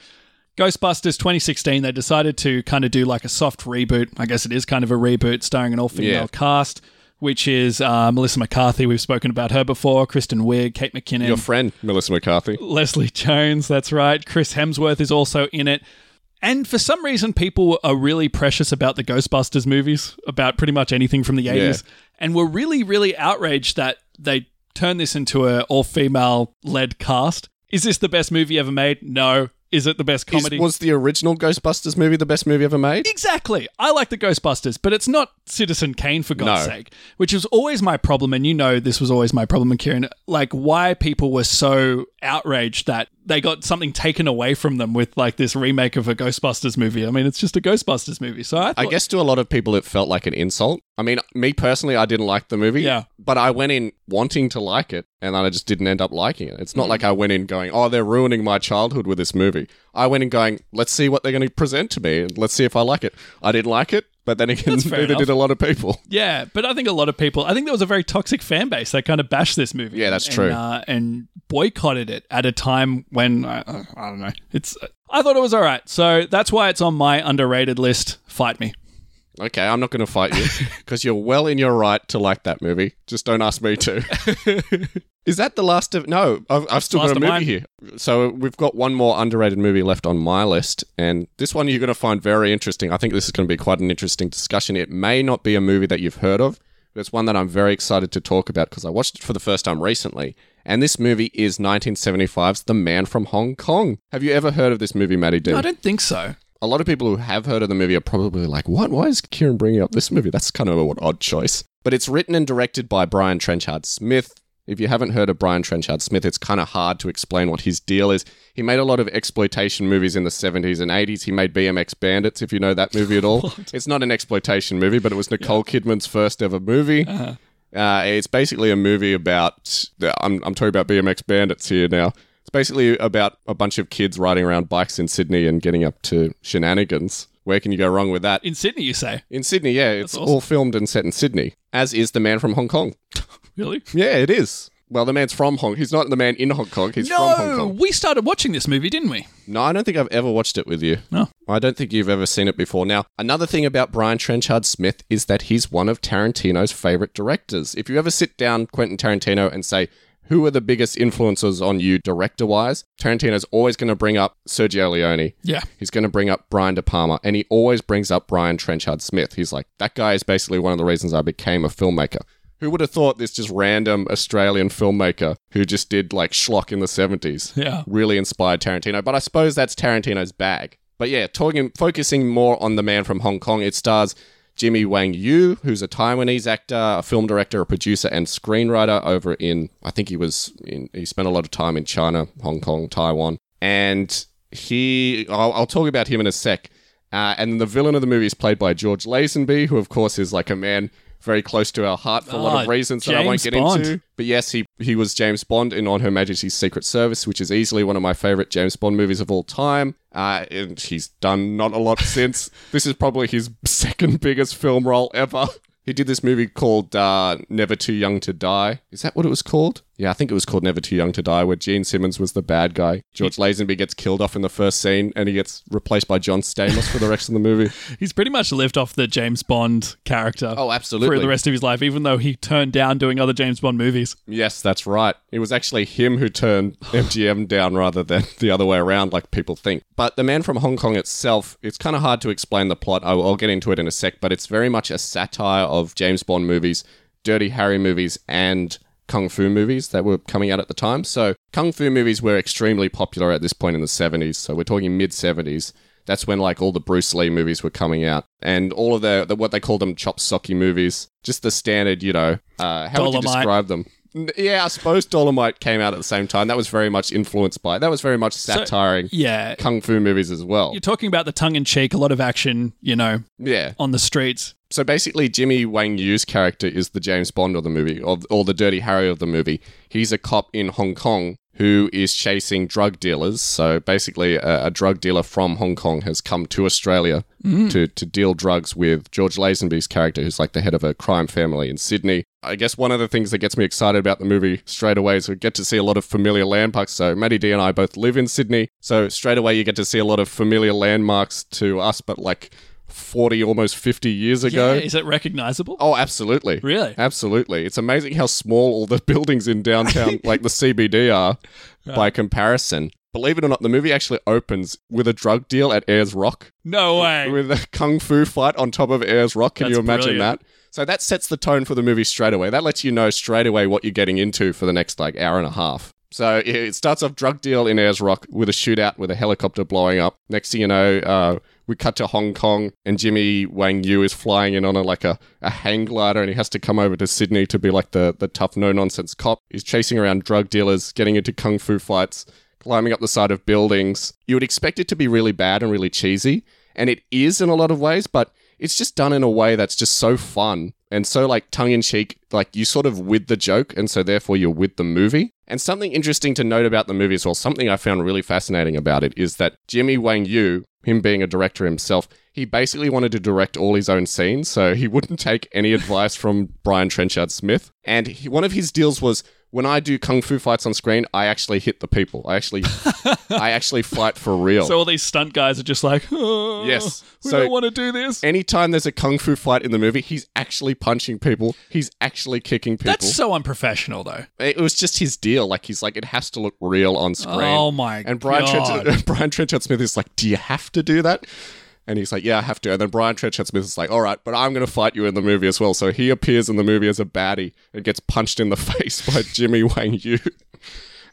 Speaker 3: Ghostbusters 2016, they decided to kind of do like a soft reboot. I guess it is kind of a reboot, starring an all female
Speaker 2: Yeah.
Speaker 3: cast, which is uh, Melissa McCarthy. We've spoken about her before, Kristen Wiig, Kate McKinnon,
Speaker 2: Your friend Melissa McCarthy.
Speaker 3: Leslie Jones. That's right. Chris Hemsworth is also in it. And for some reason, people are really precious about the Ghostbusters movies, about pretty much anything from the 80s, and were really, really outraged that they turned this into a all female led cast. Is this the best movie ever made? No. Is it the best
Speaker 2: Is-
Speaker 3: comedy?
Speaker 2: was the original Ghostbusters movie the best movie ever made?
Speaker 3: Exactly. I like the Ghostbusters, but it's not Citizen Kane for God's
Speaker 2: No.
Speaker 3: sake, which was always my problem. And you know, this was always my problem, Kieran. Like, why people were so outraged that they got something taken away from them with like this remake of a Ghostbusters movie. I mean, it's just a Ghostbusters movie. So I,
Speaker 2: I
Speaker 3: thought-
Speaker 2: guess to a lot of people it felt like an insult. I mean, me personally, I didn't like the movie.
Speaker 3: Yeah.
Speaker 2: But I went in wanting to like it, and then I just didn't end up liking it.
Speaker 3: Mm.
Speaker 2: It's not like I went in going, "Oh, they're ruining my childhood with this movie." I went in going, "Let's see what they're going to present to me, and let's see if I like it." I didn't like it, but then again, [LAUGHS]
Speaker 3: That's fair
Speaker 2: neither did a lot of people.
Speaker 3: Yeah, but I think a lot of people. I think there was a very toxic fan base that kind of bashed this movie.
Speaker 2: Yeah, that's
Speaker 3: and,
Speaker 2: true.
Speaker 3: Uh, and boycotted it at a time when I, I don't know. It's. I thought it was all right, so that's why it's on my underrated list. Fight me.
Speaker 2: Okay, I'm not going to fight you
Speaker 3: [LAUGHS]
Speaker 2: because you're well in your right to like that movie. Just don't ask me
Speaker 3: [LAUGHS]
Speaker 2: to. Is that the last of? No, I've, I've still
Speaker 3: Last
Speaker 2: got a
Speaker 3: of
Speaker 2: movie
Speaker 3: mine.
Speaker 2: here. So we've got one more underrated movie left on my list, and this one you're going to find very interesting. I think this is going to be quite an interesting discussion. It may not be a movie that you've heard of, but it's one that I'm very excited to talk about because I watched it for the first time recently. And this movie is 1975's The Man from Hong Kong. Have you ever heard of this movie, Matty D?
Speaker 3: I don't think so.
Speaker 2: a lot of people who have heard of the movie are probably like, what? Why is Kieran bringing up this movie? That's kind of an odd choice. But it's written and directed by Brian Trenchard Smith. If you haven't heard of Brian Trenchard Smith, it's kind of hard to explain what his deal is. He made a lot of exploitation movies in the 70s and 80s. He made BMX Bandits, if you know that movie at all. it's not an exploitation movie, but it was Nicole Kidman's first ever movie. Uh, it's basically a movie about. I'm, I'm talking about BMX bandits here now. It's basically about a bunch of kids riding around bikes in Sydney and getting up to shenanigans. Where can you go wrong with that?
Speaker 3: In Sydney, you say?
Speaker 2: In Sydney, yeah, it's all filmed and set in Sydney, as is The Man from Hong Kong.
Speaker 3: Really?
Speaker 2: Yeah, it is. Well, the man's from Hong. He's not the man in Hong Kong. He's from Hong
Speaker 3: No,
Speaker 2: Kong.
Speaker 3: we started watching this movie, didn't we?
Speaker 2: No, I don't think I've ever watched it with you.
Speaker 3: No.
Speaker 2: I don't think you've ever seen it before. Now, another thing about Brian Trenchard Smith is that he's one of Tarantino's favorite directors. If you ever sit down Quentin Tarantino and say, who are the biggest influences on you director wise? Tarantino's always going to bring up Sergio Leone.
Speaker 3: Yeah.
Speaker 2: He's going to bring up Brian De Palma, and he always brings up Brian Trenchard Smith. He's like, that guy is basically one of the reasons I became a filmmaker. Who would have thought this just random Australian filmmaker who just did like schlock in the 70s
Speaker 3: Yeah.
Speaker 2: really inspired Tarantino? But I suppose that's Tarantino's bag. But yeah, talking, focusing more on the man from Hong Kong, it stars Jimmy Wang Yu, who's a Taiwanese actor, a film director, a producer, and screenwriter over in, I think he was in, he spent a lot of time in China, Hong Kong, Taiwan. And he, I'll, I'll talk about him in a sec. Uh, and the villain of the movie is played by George Lazenby, who, of course, is like a man very close to our heart for a lot
Speaker 3: Ah,
Speaker 2: of reasons that I won't
Speaker 3: James
Speaker 2: get
Speaker 3: Bond.
Speaker 2: into. But yes, he, he was James Bond in On Her Majesty's Secret Service, which is easily one of my favorite James Bond movies of all time. Uh, and he's done not a lot [LAUGHS] since. This is probably his second biggest film role ever. He did this movie called uh, Never Too Young to Die. Is that what it was called? Yeah, I think it was called Never Too Young to Die, where Gene Simmons was the bad guy. George Lazenby gets killed off in the first scene, and he gets replaced by John Stamos for the rest of the movie.
Speaker 3: He's pretty much lived off the James Bond character
Speaker 2: Oh, absolutely.
Speaker 3: through the rest of his life, even though he turned down doing other James Bond movies.
Speaker 2: Yes, that's right. It was actually him who turned MGM down rather than the other way around, like people think. But The Man from Hong Kong itself, it's kind of hard to explain the plot. I'll, I'll get into it in a sec, but it's very much a satire of James Bond movies, Dirty Harry movies, and Kung Fu movies that were coming out at the time. So, Kung Fu movies were extremely popular at this point in the 70s. So, we're talking mid 70s. That's when like all the Bruce Lee movies were coming out, and all of the, the what they called them chop socky movies, just the standard, you know. Uh, how would you
Speaker 3: Dolomite.
Speaker 2: describe them? N- Yeah, I suppose Dolomite came out at the same time. That was very much influenced by. That was very much satiring
Speaker 3: Yeah.
Speaker 2: kung fu movies as well.
Speaker 3: You're talking about the tongue in cheek, a lot of action, you know,
Speaker 2: Yeah.
Speaker 3: on the streets.
Speaker 2: So basically, Jimmy Wang Yu's character is the James Bond of the movie, or, or the Dirty Harry of the movie. He's a cop in Hong Kong who is chasing drug dealers. So basically, a, a drug dealer from Hong Kong has come to Australia to, to deal drugs with George Lazenby's character, who's like the head of a crime family in Sydney. I guess one of the things that gets me excited about the movie straight away is we get to see a lot of familiar landmarks. So Maddie D and I both live in Sydney, so straight away you get to see a lot of familiar landmarks to us, but like. 40 almost 50 years ago
Speaker 3: Yeah, is it recognizable?
Speaker 2: Oh, absolutely.
Speaker 3: Really?
Speaker 2: Absolutely. It's amazing how small all the [LAUGHS] buildings in
Speaker 3: [LAUGHS]
Speaker 2: downtown, like the CBD, are by comparison. Believe it or not, the movie actually opens with a drug deal at Ayers Rock,
Speaker 3: No way.
Speaker 2: with a kung fu fight on top of Ayers Rock. Can
Speaker 3: That's
Speaker 2: you imagine
Speaker 3: brilliant.
Speaker 2: that? So that sets the tone for the movie straight away. That lets you know straight away what you're getting into for the next like hour and a half. So it- it starts off drug deal in Ayers Rock with a shootout with a helicopter blowing up. Next thing you know, uh, we cut to Hong Kong and Jimmy Wang Yu is flying in on a like a, a hang glider and he has to come over to Sydney to be like the, the tough no nonsense cop. He's chasing around drug dealers, getting into kung fu fights, climbing up the side of buildings. You would expect it to be really bad and really cheesy, and it is in a lot of ways, but it's just done in a way that's just so fun and so like tongue in cheek, like you sort of with the joke, and so therefore you're with the movie. And something interesting to note about the movie as well, something I found really fascinating about it is that Jimmy Wang Yu, him being a director himself, he basically wanted to direct all his own scenes, so he [LAUGHS] wouldn't take any advice from Brian Trenchard Smith. And he, one of his deals was when I do kung fu fights on screen, I actually hit the people. I
Speaker 3: [LAUGHS]
Speaker 2: actually, I actually fight for real.
Speaker 3: So all these stunt guys are just like, oh,
Speaker 2: Yes.
Speaker 3: we
Speaker 2: So-
Speaker 3: don't want to do this.
Speaker 2: Anytime there's a kung fu fight in the movie, he's actually punching people. He's actually kicking people.
Speaker 3: That's so unprofessional, though.
Speaker 2: it was just his deal. Like he's like, it has to look real on screen.
Speaker 3: Oh my
Speaker 2: And Brian [LAUGHS]
Speaker 3: God.
Speaker 2: Trenchard, Brian Trenchard Smith is like, do you have to do that? And he's like, yeah, I have to. And then Brian Trenchard Smith is like, all right, but I'm going to fight you in the movie as well. So he appears in the movie as a baddie and gets punched in the [LAUGHS] face by Jimmy Wang Yu.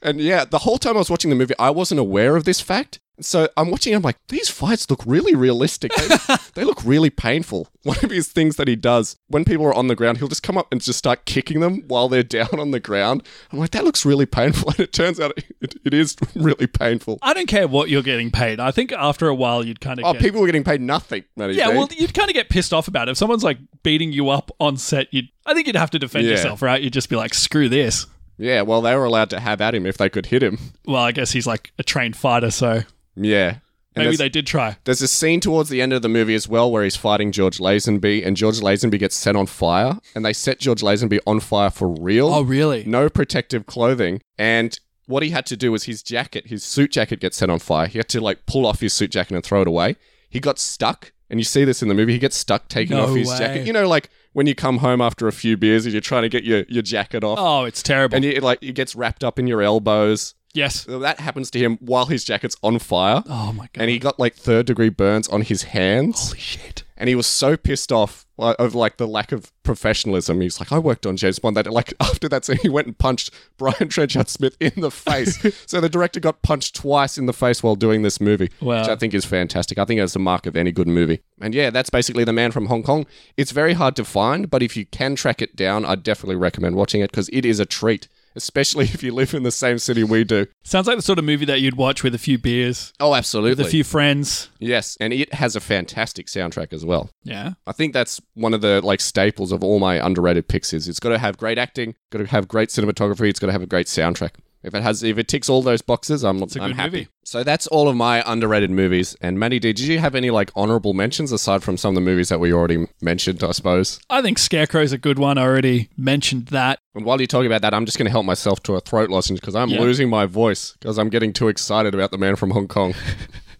Speaker 2: And yeah, the whole time I was watching the movie, I wasn't aware of this fact. So I'm watching, I'm like, these fights look really realistic.
Speaker 3: [LAUGHS]
Speaker 2: They, they look really painful. [LAUGHS] One of his things that he does, when people are on the ground, he'll just come up and just start kicking them while they're [LAUGHS] down on the ground. I'm like, that looks really painful. [LAUGHS] And it turns out it, it is [LAUGHS] really painful.
Speaker 3: I don't care what you're getting paid. I think after a while you'd kind of
Speaker 2: Oh,
Speaker 3: get.
Speaker 2: people were getting paid nothing. Matty
Speaker 3: yeah,
Speaker 2: B.
Speaker 3: well, you'd kind of get pissed off about it. If someone's like beating you up on set, you'd. I think you'd have to defend
Speaker 2: Yeah.
Speaker 3: yourself, right? You'd just be like, screw this.
Speaker 2: Yeah, well, they were allowed to have at him if they could hit him.
Speaker 3: Well, I guess he's like a trained fighter, so
Speaker 2: Yeah. And
Speaker 3: maybe
Speaker 2: there's,
Speaker 3: they did try.
Speaker 2: there's a scene towards the end of the movie as well where he's fighting George Lazenby, and George Lazenby gets set on fire, and they set George Lazenby on fire for real.
Speaker 3: Oh, really?
Speaker 2: no protective clothing and what he had to do was his jacket his suit jacket gets set on fire he had to like pull off his suit jacket and throw it away he got stuck and you see this in the movie he gets stuck taking
Speaker 3: No
Speaker 2: off his
Speaker 3: way.
Speaker 2: jacket you know like when you come home after a few beers and you're trying to get your, your jacket off
Speaker 3: Oh, it's terrible.
Speaker 2: and you, like it gets wrapped up in your elbows
Speaker 3: yes.
Speaker 2: So that happens to him while his jacket's on fire
Speaker 3: Oh my god.
Speaker 2: and he got like third degree burns on his hands
Speaker 3: Holy shit.
Speaker 2: and he was so pissed off uh, of like the lack of professionalism. He's like, I worked on James Bond. That like [LAUGHS] after that scene, he went and punched Brian Trenchard Smith in the
Speaker 3: [LAUGHS]
Speaker 2: face. so the director got punched twice in the face while doing this movie,
Speaker 3: Wow.
Speaker 2: which I think is fantastic. I think it's the mark of any good movie. And yeah, that's basically the man from Hong Kong. It's very hard to find, but if you can track it down, I definitely recommend watching it because it is a treat. Especially [LAUGHS] if you live in the same city we do.
Speaker 3: Sounds like the sort of movie that you'd watch with a few beers,
Speaker 2: Oh,
Speaker 3: with
Speaker 2: absolutely.
Speaker 3: a few friends.
Speaker 2: yes, and it has a fantastic soundtrack as well.
Speaker 3: Yeah.
Speaker 2: I think that's one of the like staples of all my underrated picks is it's got to have great acting, got to have great cinematography, it's got to have a great soundtrack. If it has, if it ticks all those boxes, I'm
Speaker 3: a
Speaker 2: I'm
Speaker 3: good
Speaker 2: happy.
Speaker 3: movie.
Speaker 2: So that's all of my underrated movies. And Matty D, did you have any like honorable mentions aside from some of the movies that we already mentioned? I suppose.
Speaker 3: I think Scarecrow's a good one. I already mentioned that.
Speaker 2: And while you're talking about that, I'm just going to help myself to a throat lozenge because I'm
Speaker 3: Yeah.
Speaker 2: losing my voice because I'm getting too excited about the man from Hong
Speaker 3: [LAUGHS]
Speaker 2: Kong.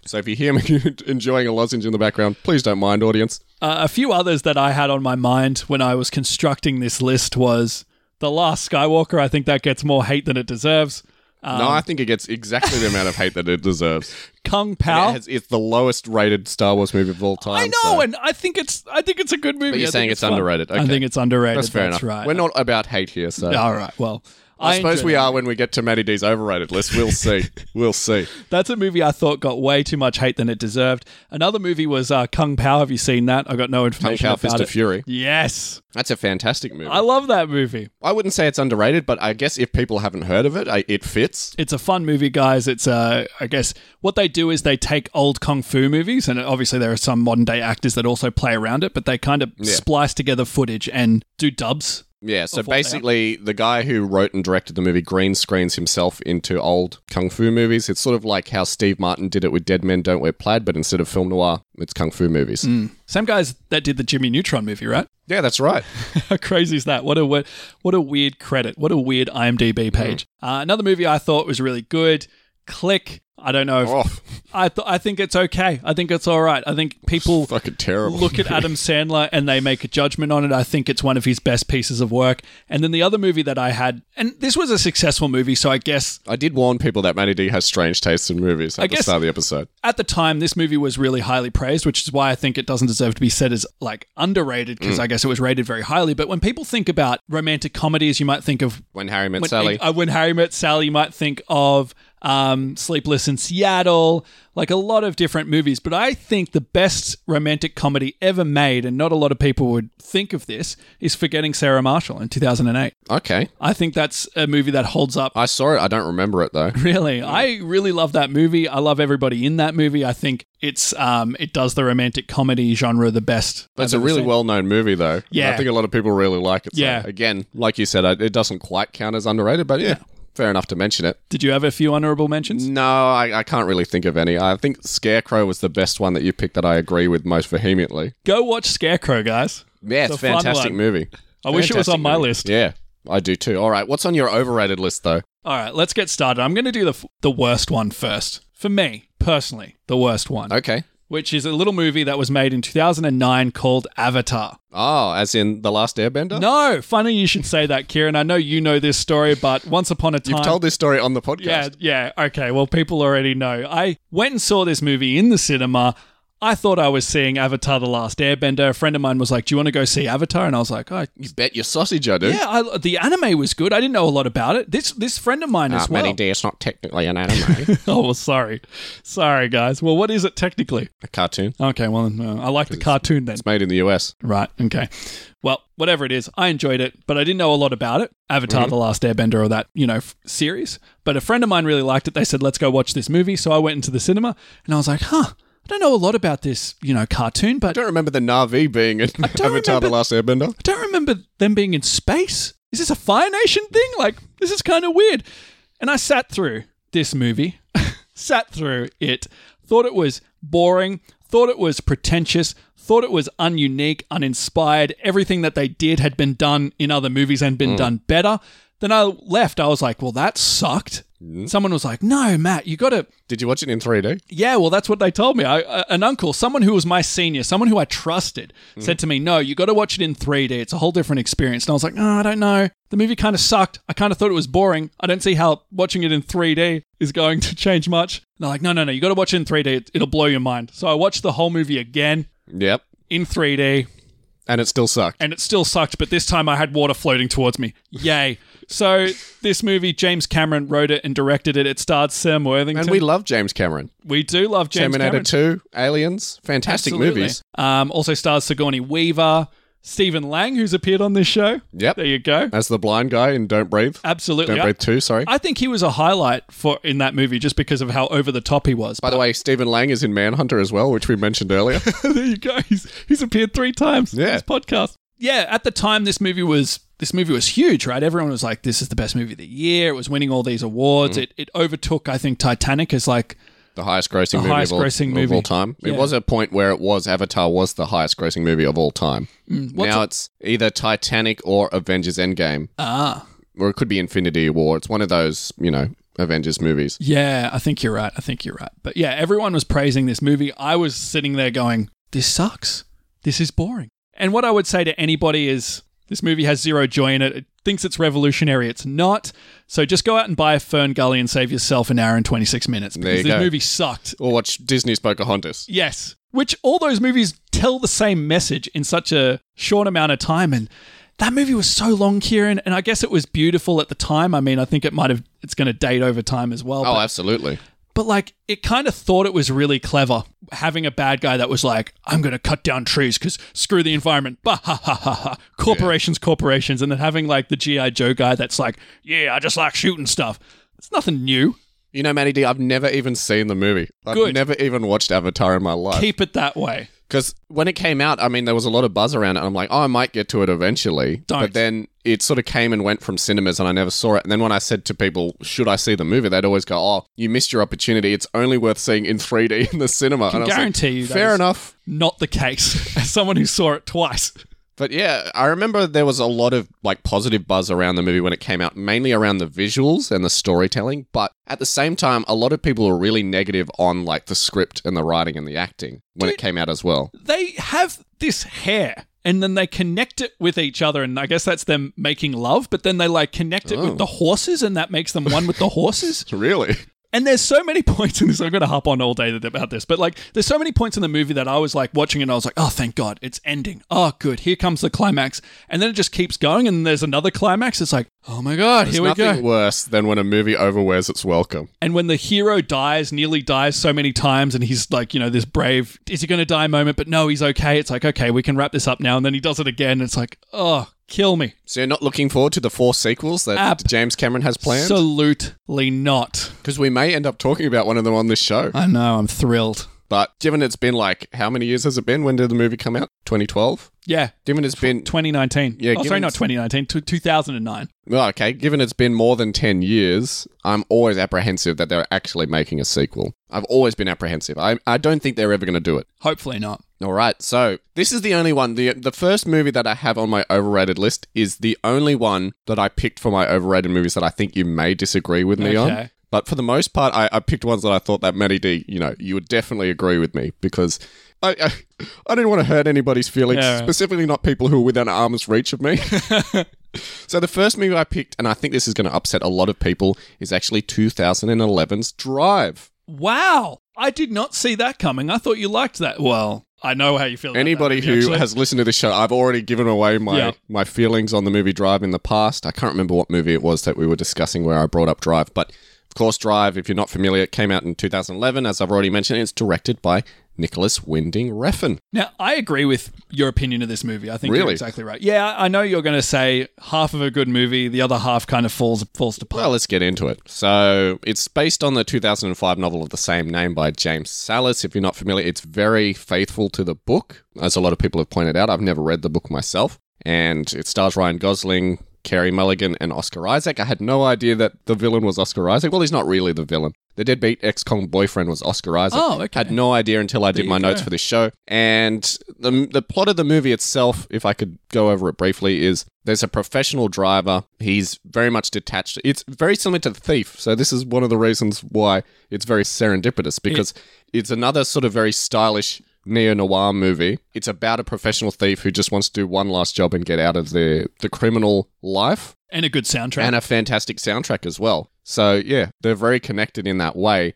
Speaker 2: so if you hear me [LAUGHS] enjoying a lozenge in the background, please don't mind, audience.
Speaker 3: Uh, a few others that I had on my mind when I was constructing this list was The Last Skywalker. I think that gets more hate than it deserves.
Speaker 2: no, I think it gets exactly the amount of hate that it deserves.
Speaker 3: Kung
Speaker 2: And
Speaker 3: Pao.
Speaker 2: It has, it's the lowest rated Star Wars movie of all time.
Speaker 3: I know,
Speaker 2: so-
Speaker 3: and I think it's I think it's a good movie.
Speaker 2: you're
Speaker 3: I think
Speaker 2: saying it's
Speaker 3: fun.
Speaker 2: underrated.
Speaker 3: I
Speaker 2: Okay.
Speaker 3: think it's underrated.
Speaker 2: that's fair enough.
Speaker 3: Right.
Speaker 2: We're not about hate here, so.
Speaker 3: [LAUGHS] All right. Well,
Speaker 2: I, suppose
Speaker 3: enjoyed
Speaker 2: we
Speaker 3: it.
Speaker 2: are when we get to Matty D's overrated list. We'll
Speaker 3: [LAUGHS]
Speaker 2: see. we'll see.
Speaker 3: That's a movie I thought got way too much hate than it deserved. Another movie was uh, Kung Pao. Have you seen that? I got no
Speaker 2: Kung
Speaker 3: information
Speaker 2: Pao
Speaker 3: about
Speaker 2: Fist
Speaker 3: it.
Speaker 2: of Fury.
Speaker 3: Yes,
Speaker 2: That's a fantastic movie.
Speaker 3: I
Speaker 2: I,
Speaker 3: love that movie.
Speaker 2: wouldn't say it's underrated, but I guess if people haven't heard of it, I, it fits.
Speaker 3: It's a fun movie, guys. It's uh, I guess what they do is they take old kung fu movies, and obviously there are some modern day actors that also play around it, but they kind of
Speaker 2: Yeah.
Speaker 3: splice together footage and do dubs.
Speaker 2: Yeah, so
Speaker 3: Of what they are.
Speaker 2: basically, the guy who wrote and directed the movie green screens himself into old kung fu movies. It's sort of like how Steve Martin did it with Dead Men Don't Wear Plaid, but instead of film noir, it's kung fu movies.
Speaker 3: Same guys that did the Jimmy Neutron movie, right?
Speaker 2: Yeah, that's right.
Speaker 3: [LAUGHS] How crazy is that? What a we- what a weird credit. What a weird IMDb page. Uh, another movie I thought was really good. Click. I don't know. If,
Speaker 2: oh,
Speaker 3: I th- I think it's okay. I think it's all right. I think
Speaker 2: [LAUGHS]
Speaker 3: people
Speaker 2: fucking terrible.
Speaker 3: look at Adam Sandler and they make a judgment on it. I think it's one of his best pieces of work. And then the other movie that I had, and this was a successful movie, so I guess
Speaker 2: I did warn people that Matty D has strange tastes in movies at the
Speaker 3: guess-
Speaker 2: start of the episode.
Speaker 3: at the time this movie was really highly praised which is why i think it doesn't deserve to be said as like underrated because i guess it was rated very highly but when people think about romantic comedies you might think of
Speaker 2: When Harry Met
Speaker 3: when,
Speaker 2: Sally.
Speaker 3: uh, when Harry met Sally, you might think of um, Sleepless in Seattle, like a lot of different movies. But I think the best romantic comedy ever made, and not a lot of people would think of this, is Forgetting Sarah Marshall in 2008.
Speaker 2: okay.
Speaker 3: I think that's a movie that holds up.
Speaker 2: I saw it. I don't remember it, though.
Speaker 3: Really, I really love that movie. I love everybody in that movie. I think it's um, it does the romantic comedy genre the best.
Speaker 2: But it's a
Speaker 3: I've ever
Speaker 2: really
Speaker 3: seen.
Speaker 2: well known movie, though. And
Speaker 3: Yeah.
Speaker 2: I think a lot of people really like it. So,
Speaker 3: Yeah.
Speaker 2: Again, like you said, I, it doesn't quite count as underrated, but yeah, fair enough to mention it.
Speaker 3: Did you have a few honorable mentions?
Speaker 2: No, I, I can't really think of any. I think Scarecrow was the best one that you picked that I agree with most vehemently.
Speaker 3: Go watch Scarecrow, guys.
Speaker 2: Yeah, it's,
Speaker 3: It's
Speaker 2: a
Speaker 3: a fun
Speaker 2: fantastic
Speaker 3: one.
Speaker 2: movie.
Speaker 3: I wish it was
Speaker 2: Fantastic
Speaker 3: on my
Speaker 2: movie.
Speaker 3: list.
Speaker 2: Yeah, I do too. All right, what's on your overrated list, though?
Speaker 3: All right, let's get started. I'm going to do the f- the worst one first. For me personally, the worst one,
Speaker 2: Okay.
Speaker 3: which is a little movie that was made in 2009 called Avatar.
Speaker 2: Oh, as in The Last Airbender?
Speaker 3: No, funny you should say that, Kieran. I know you know this story, but once upon a time,
Speaker 2: You've told this story on the podcast.
Speaker 3: yeah, yeah, okay. Well, people already know. I went and saw this movie in the cinema. I thought I was seeing Avatar: The Last Airbender. A friend of mine was like, "Do you want to go see Avatar?" And I was like, "Oh,
Speaker 2: You bet your sausage I do.
Speaker 3: yeah." I, the anime was good. I didn't know a lot about it. This this friend of mine
Speaker 2: Ah,
Speaker 3: as well.
Speaker 2: Matty D, it's not technically an
Speaker 3: [LAUGHS]
Speaker 2: anime.
Speaker 3: oh, well, sorry, sorry guys. Well, what is it technically?
Speaker 2: a cartoon.
Speaker 3: Okay, well, uh, I like the cartoon then.
Speaker 2: It's made in the US.
Speaker 3: Right. Okay. Well, whatever it is, I enjoyed it, but I didn't know a lot about it. Avatar: The Last Airbender, or that you know f- series. But a friend of mine really liked it. They said, "Let's go watch this movie." So I went into the cinema, and I was like, "Huh, I don't know a lot about this, you know, cartoon, but
Speaker 2: I don't remember the Navi being in Avatar
Speaker 3: remember-
Speaker 2: The Last Airbender.
Speaker 3: I don't remember them being in space. Is this a Fire Nation thing? Like, this is kind of weird. And I sat through this movie, [LAUGHS] sat through it, thought it was boring, thought it was pretentious, thought it was ununique, uninspired. Everything that they did had been done in other movies and been done better. Then I left. I was like, well, that sucked. Someone was like, no, Matt, you got to
Speaker 2: Did you watch it in 3D?
Speaker 3: yeah, well, that's what they told me. I, uh, an uncle, someone who was my senior, someone who I trusted,
Speaker 2: Mm-hmm.
Speaker 3: said to me, "No, you got to watch it in 3D. It's a whole different experience." And I was like, "No, I don't know. The movie kind of sucked. I kind of thought it was boring. I don't see how watching it in 3D is going to change much." And they're like, "No, no, no. You got to watch it in 3D. It, it'll blow your mind." So I watched the whole movie again
Speaker 2: Yep.
Speaker 3: in 3D,
Speaker 2: And it still sucked.
Speaker 3: and it still sucked. But this time, I had water floating towards me. Yay! so this movie, James Cameron wrote it and directed it. It starred Sam Worthington.
Speaker 2: And we love James Cameron.
Speaker 3: we do love James
Speaker 2: Terminator
Speaker 3: Cameron.
Speaker 2: 2, Aliens, fantastic
Speaker 3: Absolutely.
Speaker 2: movies.
Speaker 3: Um, also stars Sigourney Weaver, Stephen Lang, who's appeared on this show.
Speaker 2: Yep.
Speaker 3: There you go. Uh,
Speaker 2: As the blind guy in Don't Breathe.
Speaker 3: Absolutely.
Speaker 2: Don't Breathe 2, sorry.
Speaker 3: I, I think he was a highlight for in that movie just because of how over the top he was.
Speaker 2: By the way, Stephen Lang is in Manhunter as well, which we mentioned earlier.
Speaker 3: [LAUGHS] there you go. He's he's appeared three times on
Speaker 2: Yeah.
Speaker 3: this podcast. Yeah, at the time this movie was this movie was huge, right? Everyone was like, This is the best movie of the year. It was winning all these awards.
Speaker 2: Mm-hmm.
Speaker 3: It it overtook, I think, Titanic as like
Speaker 2: the highest grossing movie
Speaker 3: highest
Speaker 2: of, all,
Speaker 3: grossing
Speaker 2: of
Speaker 3: movie.
Speaker 2: all time.
Speaker 3: Yeah.
Speaker 2: It was a point where it was Avatar was the highest grossing movie of all time.
Speaker 3: Mm. what's
Speaker 2: now it's either Titanic or Avengers Endgame.
Speaker 3: ah.
Speaker 2: or it could be Infinity War. It's one of those, you know, Avengers movies.
Speaker 3: Yeah, I think you're right. I think you're right. But yeah, everyone was praising this movie. I was sitting there going, this sucks. This is boring. And what I would say to anybody is this movie has zero joy in it. It thinks it's revolutionary. It's not. So just go out and buy a Fern Gully and save yourself an hour and 26 minutes
Speaker 2: There
Speaker 3: because
Speaker 2: you
Speaker 3: this
Speaker 2: go.
Speaker 3: movie sucked.
Speaker 2: Or watch Disney's Pocahontas.
Speaker 3: Yes. Which all those movies tell the same message in such a short amount of time. And that movie was so long, Kieran. And I guess it was beautiful at the time. I mean, I think it might have, it's going to date over time as well. but-
Speaker 2: Oh, absolutely.
Speaker 3: but like, it kind of thought it was really clever having a bad guy that was like, I'm going to cut down trees because screw the environment. Bah, ha, ha, ha, ha. Corporations, corporations. And then having like the G.I. Joe guy that's like, yeah, I just like shooting stuff. It's nothing new.
Speaker 2: You know, Matty D, I've never even seen the movie. I've
Speaker 3: Good.
Speaker 2: never even watched Avatar in my life.
Speaker 3: Keep it that way.
Speaker 2: Because when it came out, I mean, there was a lot of buzz around it. And I'm like, oh, I might get to it eventually.
Speaker 3: Don't.
Speaker 2: But then it sort of came and went from cinemas and I never saw it. And then when I said to people, should I see the movie? They'd always go, oh, you missed your opportunity. It's only worth seeing in 3D [LAUGHS] in the cinema. And I was like,
Speaker 3: guarantee you that
Speaker 2: Fair
Speaker 3: is-
Speaker 2: enough.
Speaker 3: Not the case. [LAUGHS] As someone who saw it twice.
Speaker 2: But yeah, I remember there was a lot of like positive buzz around the movie when it came out, mainly around the visuals and the storytelling. But at the same time, a lot of people were really negative on like the script and the writing and the acting when it came out as well.
Speaker 3: They have this hair and then they connect it with each other. And I guess that's them making love, but then they like connect it with the horses and that makes them one with the horses.
Speaker 2: Really?
Speaker 3: And there's so many [LAUGHS] points in this. I'm going to hop on all day about this, but like, there's so many points in the movie that I was like watching it and I was like, oh, thank God, it's ending. Oh, good. Here comes the climax. And then it just keeps going. And there's another climax. It's like, oh my God, here we
Speaker 2: Nothing
Speaker 3: go.
Speaker 2: worse than when a movie overwears its welcome.
Speaker 3: And when the hero dies, nearly dies so many times, and he's like, you know, this brave, is he going to die moment? But no, he's okay. It's like, okay, we can wrap this up now. And then he does it again. And it's like, oh, kill me.
Speaker 2: So you're not looking forward to the four sequels that
Speaker 3: Ab-
Speaker 2: James Cameron has planned?
Speaker 3: Absolutely not.
Speaker 2: Because we may end up talking about one of them on this show.
Speaker 3: I know, I'm thrilled.
Speaker 2: But given it's been like, how many years has it been? When did the movie come out? 2012?
Speaker 3: Yeah.
Speaker 2: Given it's been
Speaker 3: 2019.
Speaker 2: Yeah,
Speaker 3: oh, sorry,
Speaker 2: given
Speaker 3: not
Speaker 2: it's-
Speaker 3: 2019, t- 2009.
Speaker 2: Well, okay, given it's been more than 10 years, I'm always apprehensive that they're actually making a sequel. I've always been apprehensive. I, I don't think they're ever going to do it.
Speaker 3: Hopefully not.
Speaker 2: All right, so this is the only one. The, the first movie that I have on my overrated list is the only one that I picked for my overrated movies that I think you may disagree with me on.
Speaker 3: Okay.
Speaker 2: But for the most part, I, I picked ones that I thought that Matty D, you know, you would definitely agree with me because I, I, I didn't want to hurt anybody's feelings,
Speaker 3: Yeah.
Speaker 2: specifically not people who are within arm's reach
Speaker 3: [LAUGHS]
Speaker 2: of me. so the first movie I picked, and I think this is going to upset a lot of people, is actually 2011's Drive.
Speaker 3: Wow. I did not see that coming. I thought you liked that. Well, I know how you feel. about
Speaker 2: Anybody
Speaker 3: that movie,
Speaker 2: who
Speaker 3: actually.
Speaker 2: has listened to this show, I've already given away my,
Speaker 3: Yeah.
Speaker 2: my feelings on the movie Drive in the past. I can't remember what movie it was that we were discussing where I brought up Drive, but of course, Drive, if you're not familiar, it came out in 2011, as I've already mentioned. and It's directed by Nicholas Winding Refn.
Speaker 3: [LAUGHS] Now, I agree with your opinion of this movie. I think you're
Speaker 2: Really?
Speaker 3: exactly right. Yeah, I know you're going to say half of a good movie, the other half kind of falls falls to pile.
Speaker 2: Well, let's get into it. So, it's based on the 2005 novel of the same name by James Sallis. If you're not familiar, it's very faithful to the book. As a lot of people have pointed out, I've never read the book myself. And it stars Ryan Gosling, Carrie Mulligan, and Oscar Isaac. I had no idea that the villain was Oscar Isaac. Well, he's not really the villain. The deadbeat ex con boyfriend was Oscar Isaac.
Speaker 3: Oh, okay.
Speaker 2: Had no idea until I did my notes for this show. And the, the plot of the movie itself, if I could go over it briefly, is there's a professional driver. He's very much detached. It's very similar to Thief. So, this is one of the reasons why it's very serendipitous because it's another sort of very stylish neo noir movie. It's about a professional thief who just wants to do one last job and get out of the, the criminal life
Speaker 3: and a good soundtrack.
Speaker 2: and a fantastic soundtrack as well. So yeah, they're very connected in that way.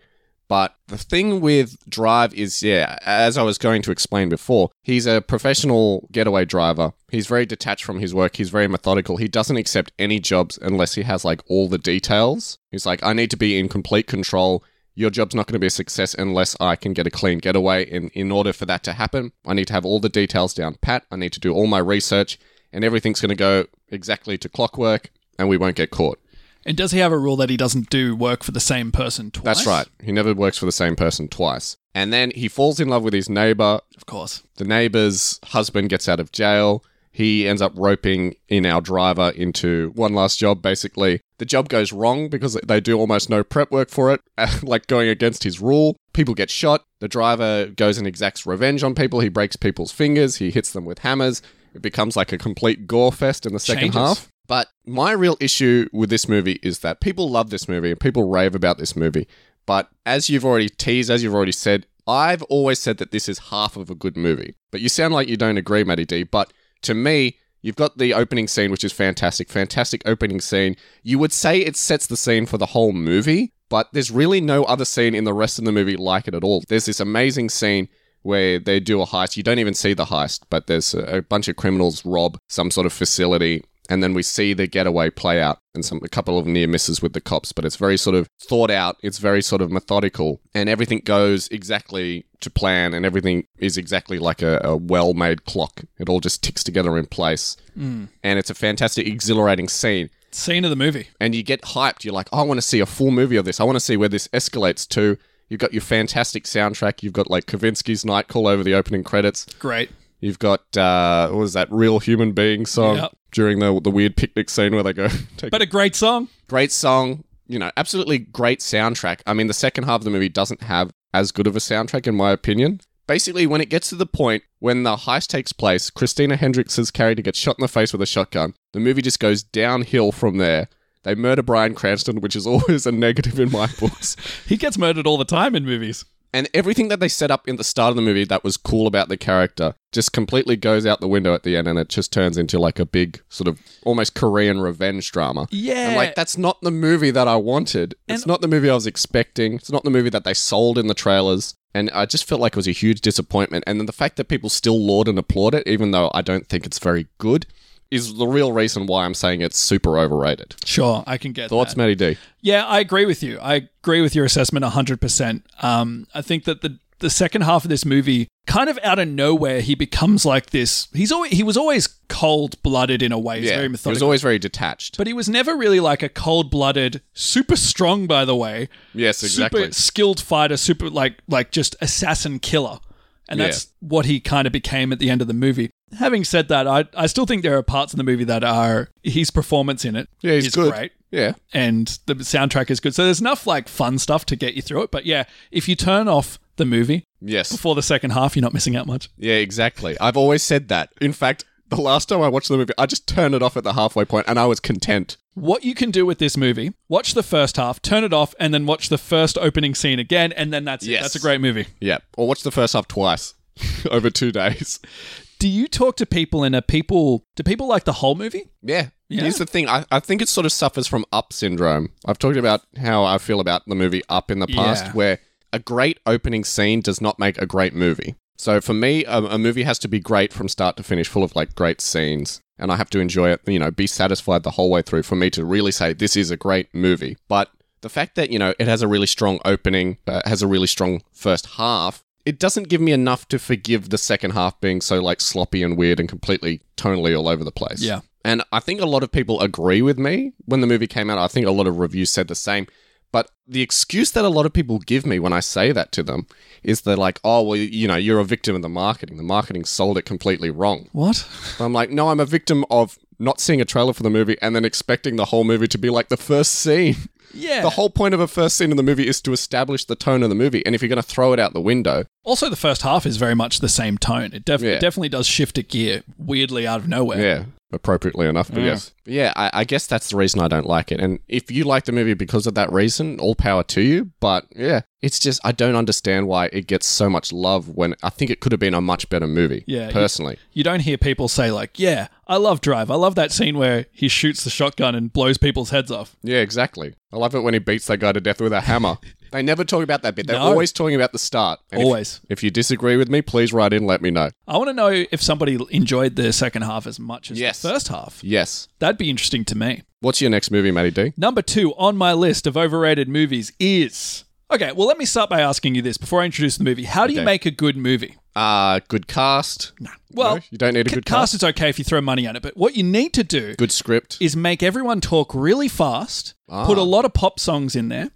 Speaker 2: But the thing with Drive is, yeah, as I was going to explain before, he's a professional getaway driver. He's very detached from his work. He's very methodical. He doesn't accept any jobs unless he has like all the details. He's like, I need to be in complete control. Your job's not going to be a success unless I can get a clean getaway. And in order for that to happen, I need to have all the details down pat. I need to do all my research, and everything's going to go exactly to clockwork, and we won't get caught.
Speaker 3: and does he have a rule that he doesn't do work for the same person twice?
Speaker 2: That's right. He never works for the same person twice. And then he falls in love with his neighbor.
Speaker 3: Of course.
Speaker 2: The neighbor's husband gets out of jail. He ends up roping in our driver into one last job, basically. The job goes wrong because they do almost no prep work for it, [LAUGHS] like going against his rule. People get shot. The driver goes and exacts revenge on people. He breaks people's fingers. He hits them with hammers. It becomes like a complete gore fest in the second
Speaker 3: Changes.
Speaker 2: half. But my real issue with this movie is that people love this movie and people rave about this movie. But as you've already teased, as you've already said, I've always said that this is half of a good movie. But you sound like you don't agree, Matty D. But to me, you've got the opening scene, which is fantastic. Fantastic opening scene. You would say it sets the scene for the whole movie, but there's really no other scene in the rest of the movie like it at all. There's this amazing scene where they do a heist. You don't even see the heist, but there's a, a bunch of criminals rob some sort of facility, and then we see the getaway play out and some a couple of near misses with the cops. But it's very sort of thought out. It's very sort of methodical, and everything goes exactly to plan, and everything is exactly like a, a well-made clock. It all just ticks together in place, and it's a fantastic, exhilarating scene
Speaker 3: Scene of the movie.
Speaker 2: and you get hyped. You're like, I want to see a full movie of this. I want to see where this escalates to. You've got your fantastic soundtrack. You've got like Kavinsky's Night Call over the opening credits.
Speaker 3: Great.
Speaker 2: You've got uh, what was that Real Human Being song
Speaker 3: Yep.
Speaker 2: during the the weird picnic scene where they go [LAUGHS] take
Speaker 3: But a great song.
Speaker 2: great song. You know, absolutely great soundtrack. I mean, the second half of the movie doesn't have as good of a soundtrack, in my opinion. Basically, when it gets to the point when the heist takes place, Christina Hendricks' character gets shot in the face with a shotgun. The movie just goes downhill from there. They murder Brian Cranston, which is [LAUGHS] always a negative in my books.
Speaker 3: He gets murdered all the time in movies.
Speaker 2: And everything that they set up in the start of the movie that was cool about the character just completely goes out the window at the end and it just turns into like a big sort of almost Korean revenge drama.
Speaker 3: Yeah.
Speaker 2: And like that's not the movie that I wanted. it's not the movie I was expecting. It's not the movie that they sold in the trailers. And I just felt like it was a huge disappointment. And then the fact that people still laud and applaud it, even though I don't think it's very good, is the real reason why I'm saying it's super overrated.
Speaker 3: Sure, I can get that.
Speaker 2: Thoughts, Matty D?
Speaker 3: Yeah, I agree with you. I agree with your assessment 100%. Um, I think that the the second half of this movie, kind of out of nowhere, he becomes like this. He's always he was always cold blooded in a way. He's very
Speaker 2: It was
Speaker 3: methodical,
Speaker 2: always very detached.
Speaker 3: but he was never really like a cold blooded, super strong. By the way,
Speaker 2: yes, exactly.
Speaker 3: super skilled fighter, super like like just assassin killer. And
Speaker 2: Yeah.
Speaker 3: that's what he kind of became at the end of the movie. Having said that, I, I still think there are parts of the movie that are his performance in it.
Speaker 2: yeah, he's
Speaker 3: is
Speaker 2: good.
Speaker 3: great
Speaker 2: Yeah.
Speaker 3: and the soundtrack is good. So there's enough like fun stuff to get you through it. But yeah, if you turn off the movie
Speaker 2: Yes.
Speaker 3: before the second half, you're not missing out much.
Speaker 2: Yeah, exactly. I've always said that. In fact, the last time I watched the movie, I just turned it off at the halfway point and I was content.
Speaker 3: What you can do with this movie, watch the first half, turn it off, and then watch the first opening scene again, and then that's
Speaker 2: Yes.
Speaker 3: it. That's a great movie.
Speaker 2: Yeah. Or watch the first half twice [LAUGHS] over two days.
Speaker 3: Do you talk to people and are people do people like the whole movie?
Speaker 2: Yeah.
Speaker 3: Yeah.
Speaker 2: Here's the thing. I, I think it sort of suffers from up syndrome. I've talked about how I feel about the movie Up in the past,
Speaker 3: Yeah.
Speaker 2: where a great opening scene does not make a great movie. So for me, a, a movie has to be great from start to finish, full of like great scenes, and I have to enjoy it. You know, be satisfied the whole way through for me to really say this is a great movie. But the fact that you know it has a really strong opening, uh, has a really strong first half, it doesn't give me enough to forgive the second half being so like sloppy and weird and completely tonally all over the place.
Speaker 3: Yeah.
Speaker 2: And I think a lot of people agree with me when the movie came out. I think a lot of reviews said the same. But the excuse that a lot of people give me when I say that to them is they're like, oh, well, you know, you're a victim of the marketing. The marketing sold it completely wrong.
Speaker 3: What?
Speaker 2: But I'm like, no, I'm a victim of not seeing a trailer for the movie and then expecting the whole movie to be like the first scene.
Speaker 3: Yeah.
Speaker 2: The whole point of a first scene in the movie is to establish the tone of the movie. And if you're going to throw it out the window,
Speaker 3: also, the first half is very much the same tone. It def-
Speaker 2: Yeah.
Speaker 3: definitely does shift a gear weirdly out of nowhere.
Speaker 2: yeah, appropriately enough, but yes. Yeah, I, I guess that's the reason I don't like it. And if you like the movie because of that reason, all power to you. But yeah, it's just, I don't understand why it gets so much love when I think it could have been a much better movie,
Speaker 3: Yeah, you-
Speaker 2: personally.
Speaker 3: You don't hear people say, like, yeah, I love Drive. I love that scene where he shoots the shotgun and blows people's heads off.
Speaker 2: Yeah, exactly. I love it when he beats that guy to death with a
Speaker 3: [LAUGHS]
Speaker 2: hammer. they never talk about that bit. They're
Speaker 3: No.
Speaker 2: always talking about the start. And if-
Speaker 3: Always.
Speaker 2: If, you disagree with me, please write in, let me know.
Speaker 3: I want to know if somebody enjoyed the second half as much as
Speaker 2: Yes.
Speaker 3: the first half.
Speaker 2: Yes.
Speaker 3: That'd be interesting to me.
Speaker 2: What's your next movie, Matty D?
Speaker 3: Number two on my list of overrated movies is. Okay, well, let me start by asking you this before I introduce the movie. How do you
Speaker 2: Okay.
Speaker 3: make a good movie?
Speaker 2: Uh, good cast.
Speaker 3: Well,
Speaker 2: No? you don't need a
Speaker 3: ca-
Speaker 2: good
Speaker 3: cast
Speaker 2: cast.
Speaker 3: is okay if you throw money at it, but what you need to do
Speaker 2: Good script.
Speaker 3: is make everyone talk really fast, put a lot of pop songs in there,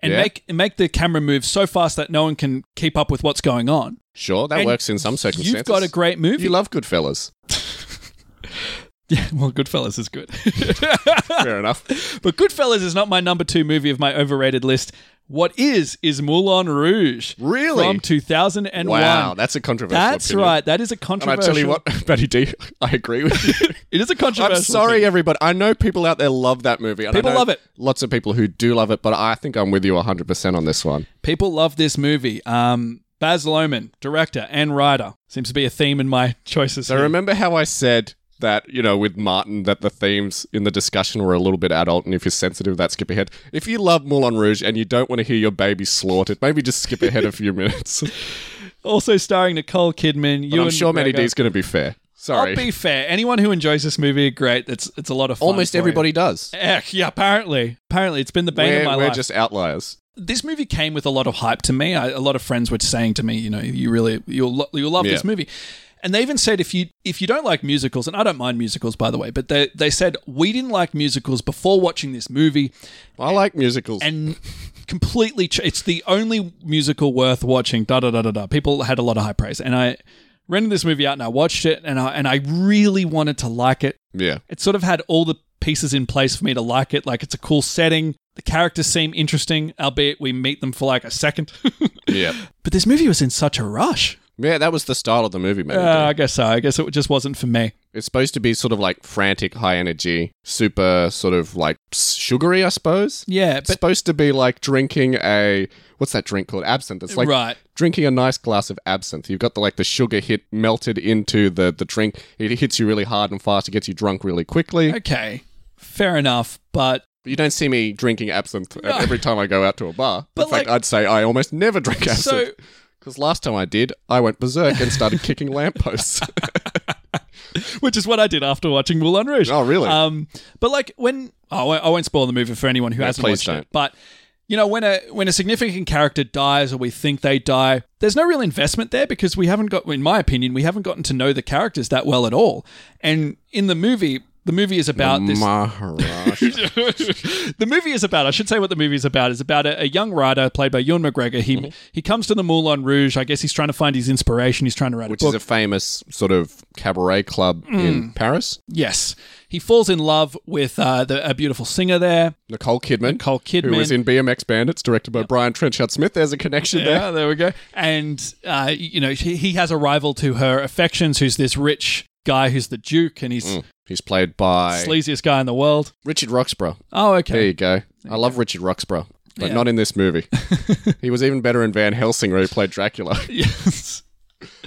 Speaker 3: and
Speaker 2: Ah. Yeah.
Speaker 3: make make the camera move so fast that no one can keep up with what's going on.
Speaker 2: Sure, that
Speaker 3: And
Speaker 2: works in some circumstances.
Speaker 3: You've got a great movie.
Speaker 2: You love Goodfellas.
Speaker 3: [LAUGHS] yeah, well, Goodfellas
Speaker 2: [LAUGHS]
Speaker 3: is good.
Speaker 2: Fair enough.
Speaker 3: but Goodfellas is not my number two movie of my overrated list. What is is Moulin Rouge
Speaker 2: Really?
Speaker 3: from 2001?
Speaker 2: wow, that's a controversial.
Speaker 3: That's
Speaker 2: opinion.
Speaker 3: right. That is a
Speaker 2: And
Speaker 3: controversial.
Speaker 2: I tell you [LAUGHS] what, Matty D, I agree with you.
Speaker 3: it is a [LAUGHS] controversial.
Speaker 2: I'm sorry,
Speaker 3: opinion.
Speaker 2: everybody. I know people out there love that movie. and I
Speaker 3: People
Speaker 2: know
Speaker 3: love it.
Speaker 2: Lots of people who do love it, but I think I'm with you 100% on this one.
Speaker 3: People love this movie. Um, Baz Luhrmann, director and writer, seems to be a theme in my choices.
Speaker 2: So
Speaker 3: here.
Speaker 2: remember how I said that, you know, with Martin, that the themes in the discussion were a little bit adult, and if you're sensitive, that skip ahead. If you love Moulin Rouge and you don't want to hear your baby slaughtered, maybe just skip ahead a few
Speaker 3: [LAUGHS]
Speaker 2: minutes.
Speaker 3: Also starring Nicole Kidman.
Speaker 2: But
Speaker 3: Ewan
Speaker 2: I'm sure Matty
Speaker 3: McGregor.
Speaker 2: D's going to be fair. Sorry.
Speaker 3: I'll be fair. Anyone who enjoys this movie, great. It's it's a lot of fun. for you.
Speaker 2: does.
Speaker 3: Heck, yeah, apparently. Apparently, it's been the bane of
Speaker 2: We're,
Speaker 3: my
Speaker 2: we're
Speaker 3: life.
Speaker 2: just outliers.
Speaker 3: this movie came with a lot of hype to me. I, a lot of friends were saying to me, you know, you really you'll lo- you'll love this
Speaker 2: Yeah.
Speaker 3: movie. And they even said if you if you don't like musicals, and I don't mind musicals by the way, but they they said we didn't like musicals before watching this movie,
Speaker 2: I like musicals.
Speaker 3: and completely ch- it's the only musical worth watching da da da da da people had a lot of high praise and i rented this movie out and i watched it and i and i really wanted to like it
Speaker 2: yeah.
Speaker 3: it sort of had all the pieces in place for me to like it like it's a cool setting the characters seem interesting albeit we meet them for like a second [LAUGHS]
Speaker 2: Yeah.
Speaker 3: but this movie was in such a rush
Speaker 2: Yeah, that was the style of the movie, man.
Speaker 3: uh, i guess so i guess it just wasn't for me
Speaker 2: it's supposed to be sort of like frantic, high energy, super sort of like sugary, I suppose.
Speaker 3: yeah
Speaker 2: It's
Speaker 3: but
Speaker 2: supposed to be like drinking a what's that drink called? Absinthe. It's like
Speaker 3: right
Speaker 2: drinking a nice glass of absinthe. You've got the like the sugar hit melted into the the drink. It hits you really hard and fast. It gets you drunk really quickly.
Speaker 3: okay fair enough but
Speaker 2: But you don't see me drinking absinthe
Speaker 3: No.
Speaker 2: every time I go out to a bar.
Speaker 3: But,
Speaker 2: In fact,
Speaker 3: like-
Speaker 2: I'd say I almost never drink
Speaker 3: so
Speaker 2: absinthe. Because last time I did, I went berserk and started kicking lampposts.
Speaker 3: which is what I did after watching Moulin Rouge.
Speaker 2: Oh, really?
Speaker 3: Um, but like when oh, I won't- I won't spoil the movie for anyone who
Speaker 2: Yeah,
Speaker 3: hasn't
Speaker 2: please
Speaker 3: watched
Speaker 2: don't.
Speaker 3: it. But you know, when a when a significant character dies or we think they die, there's no real investment there because we haven't got, in my opinion, we haven't gotten to know the characters that well at all. And in the movie, the movie is about this
Speaker 2: Maharaj.
Speaker 3: [LAUGHS] the movie is about. I should say what the movie is about. It's about a, a young writer played by Ewan McGregor. He
Speaker 2: Mm-hmm.
Speaker 3: he comes to the Moulin Rouge. I guess he's trying to find his inspiration. He's trying to write
Speaker 2: Which
Speaker 3: a book.
Speaker 2: is a famous sort of cabaret club in Paris.
Speaker 3: yes, he falls in love with uh, the, a beautiful singer there,
Speaker 2: Nicole Kidman.
Speaker 3: Nicole Kidman.
Speaker 2: Who was in BMX Bandits, directed by Brian Trenchard Smith. There's a connection there.
Speaker 3: Yeah, there we go. And uh, you know, he, he has a rival to her affections, who's this rich guy who's the Duke, and he's
Speaker 2: He's played by
Speaker 3: sleaziest guy in the world.
Speaker 2: Richard Roxburgh.
Speaker 3: Oh,
Speaker 2: There
Speaker 3: okay.
Speaker 2: you go. I love Richard Roxburgh, but not in this movie. he was even better in Van Helsing, where he played Dracula.
Speaker 3: [LAUGHS] [LAUGHS] Yes.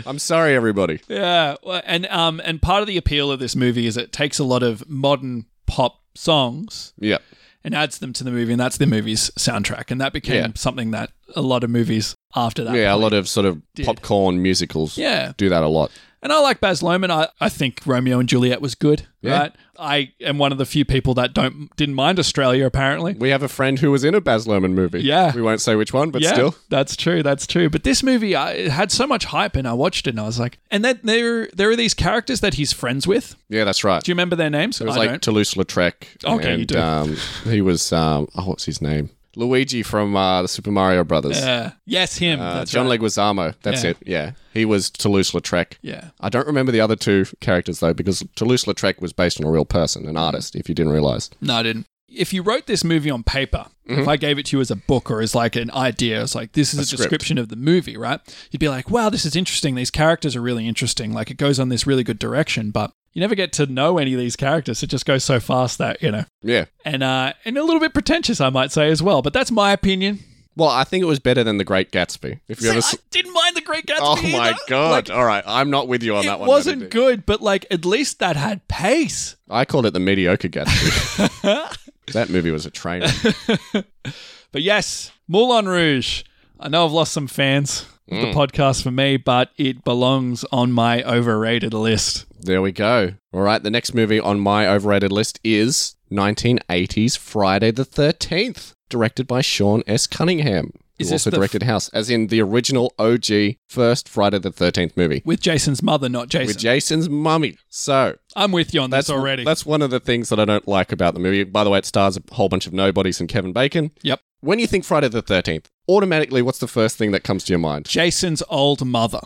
Speaker 2: I'm sorry, everybody.
Speaker 3: Yeah, well, and um, and part of the appeal of this movie is it takes a lot of modern pop songs
Speaker 2: Yeah.
Speaker 3: and adds them to the movie, and that's the movie's soundtrack. And that became
Speaker 2: Yeah.
Speaker 3: something that a lot of movies after that.
Speaker 2: yeah, a
Speaker 3: point-
Speaker 2: lot of sort of
Speaker 3: did.
Speaker 2: popcorn musicals
Speaker 3: Yeah.
Speaker 2: do that a lot.
Speaker 3: And I like Baz Luhrmann. I, I think Romeo and Juliet was good,
Speaker 2: Yeah.
Speaker 3: right? I am one of the few people that don't didn't mind Australia apparently.
Speaker 2: We have a friend who was in a Baz Luhrmann movie.
Speaker 3: Yeah.
Speaker 2: We won't say which one, but
Speaker 3: yeah,
Speaker 2: still.
Speaker 3: that's true. That's true. But this movie, I, it had so much hype, and I watched it, and I was like, and then there there are these characters that he's friends with.
Speaker 2: Yeah, that's right.
Speaker 3: Do you remember their names?
Speaker 2: It was
Speaker 3: I
Speaker 2: like
Speaker 3: don't.
Speaker 2: Toulouse Lautrec.
Speaker 3: Okay, you
Speaker 2: and,
Speaker 3: do.
Speaker 2: Um, he was, um, oh, what's his name? Luigi from uh, the Super Mario Brothers.
Speaker 3: Yeah. yes, him.
Speaker 2: Uh,
Speaker 3: that's
Speaker 2: John
Speaker 3: right.
Speaker 2: Leguizamo. That's
Speaker 3: Yeah.
Speaker 2: it. Yeah. He was Toulouse Lautrec.
Speaker 3: yeah.
Speaker 2: I don't remember the other two characters, though, because Toulouse Lautrec was based on a real person, an artist, if you didn't realize.
Speaker 3: No, I didn't. If you wrote this movie on paper, if I gave it to you as a book or as like an idea, it's like this is a,
Speaker 2: Mm-hmm. script.
Speaker 3: description of the movie, right? You'd be like, wow, this is interesting. These characters are really interesting. Like it goes on this really good direction, but you never get to know any of these characters. It just goes so fast that, you know.
Speaker 2: Yeah.
Speaker 3: And uh and a little bit pretentious, I might say as well. But that's my opinion.
Speaker 2: Well, I think it was better than The Great Gatsby. If you
Speaker 3: See,
Speaker 2: ever.
Speaker 3: I
Speaker 2: s-
Speaker 3: didn't mind the Great Gatsby.
Speaker 2: Oh my
Speaker 3: either.
Speaker 2: god!
Speaker 3: Like,
Speaker 2: All right, I'm not with you on that
Speaker 3: it
Speaker 2: one.
Speaker 3: wasn't
Speaker 2: Benedict.
Speaker 3: good, but like at least that had pace.
Speaker 2: I called it the mediocre Gatsby.
Speaker 3: [LAUGHS]
Speaker 2: that movie was a train. wreck.
Speaker 3: But yes, Moulin Rouge. I know I've lost some fans of
Speaker 2: Mm.
Speaker 3: the podcast for me, but it belongs on my overrated list.
Speaker 2: There we go. All right, the next movie on my overrated list is 1980s Friday the 13th, directed by Sean S. Cunningham. who
Speaker 3: Is this
Speaker 2: also
Speaker 3: the f-
Speaker 2: directed House, as in the original OG first Friday the 13th movie
Speaker 3: With Jason's mother, not Jason.
Speaker 2: with Jason's mummy. So
Speaker 3: I'm with you on
Speaker 2: that's
Speaker 3: this already.
Speaker 2: That's one of the things that I don't like about the movie. By the way, it stars a whole bunch of nobodies and Kevin Bacon.
Speaker 3: Yep.
Speaker 2: When you think Friday the 13th, automatically, what's the first thing that comes to your mind?
Speaker 3: Jason's
Speaker 2: [LAUGHS]
Speaker 3: old mother.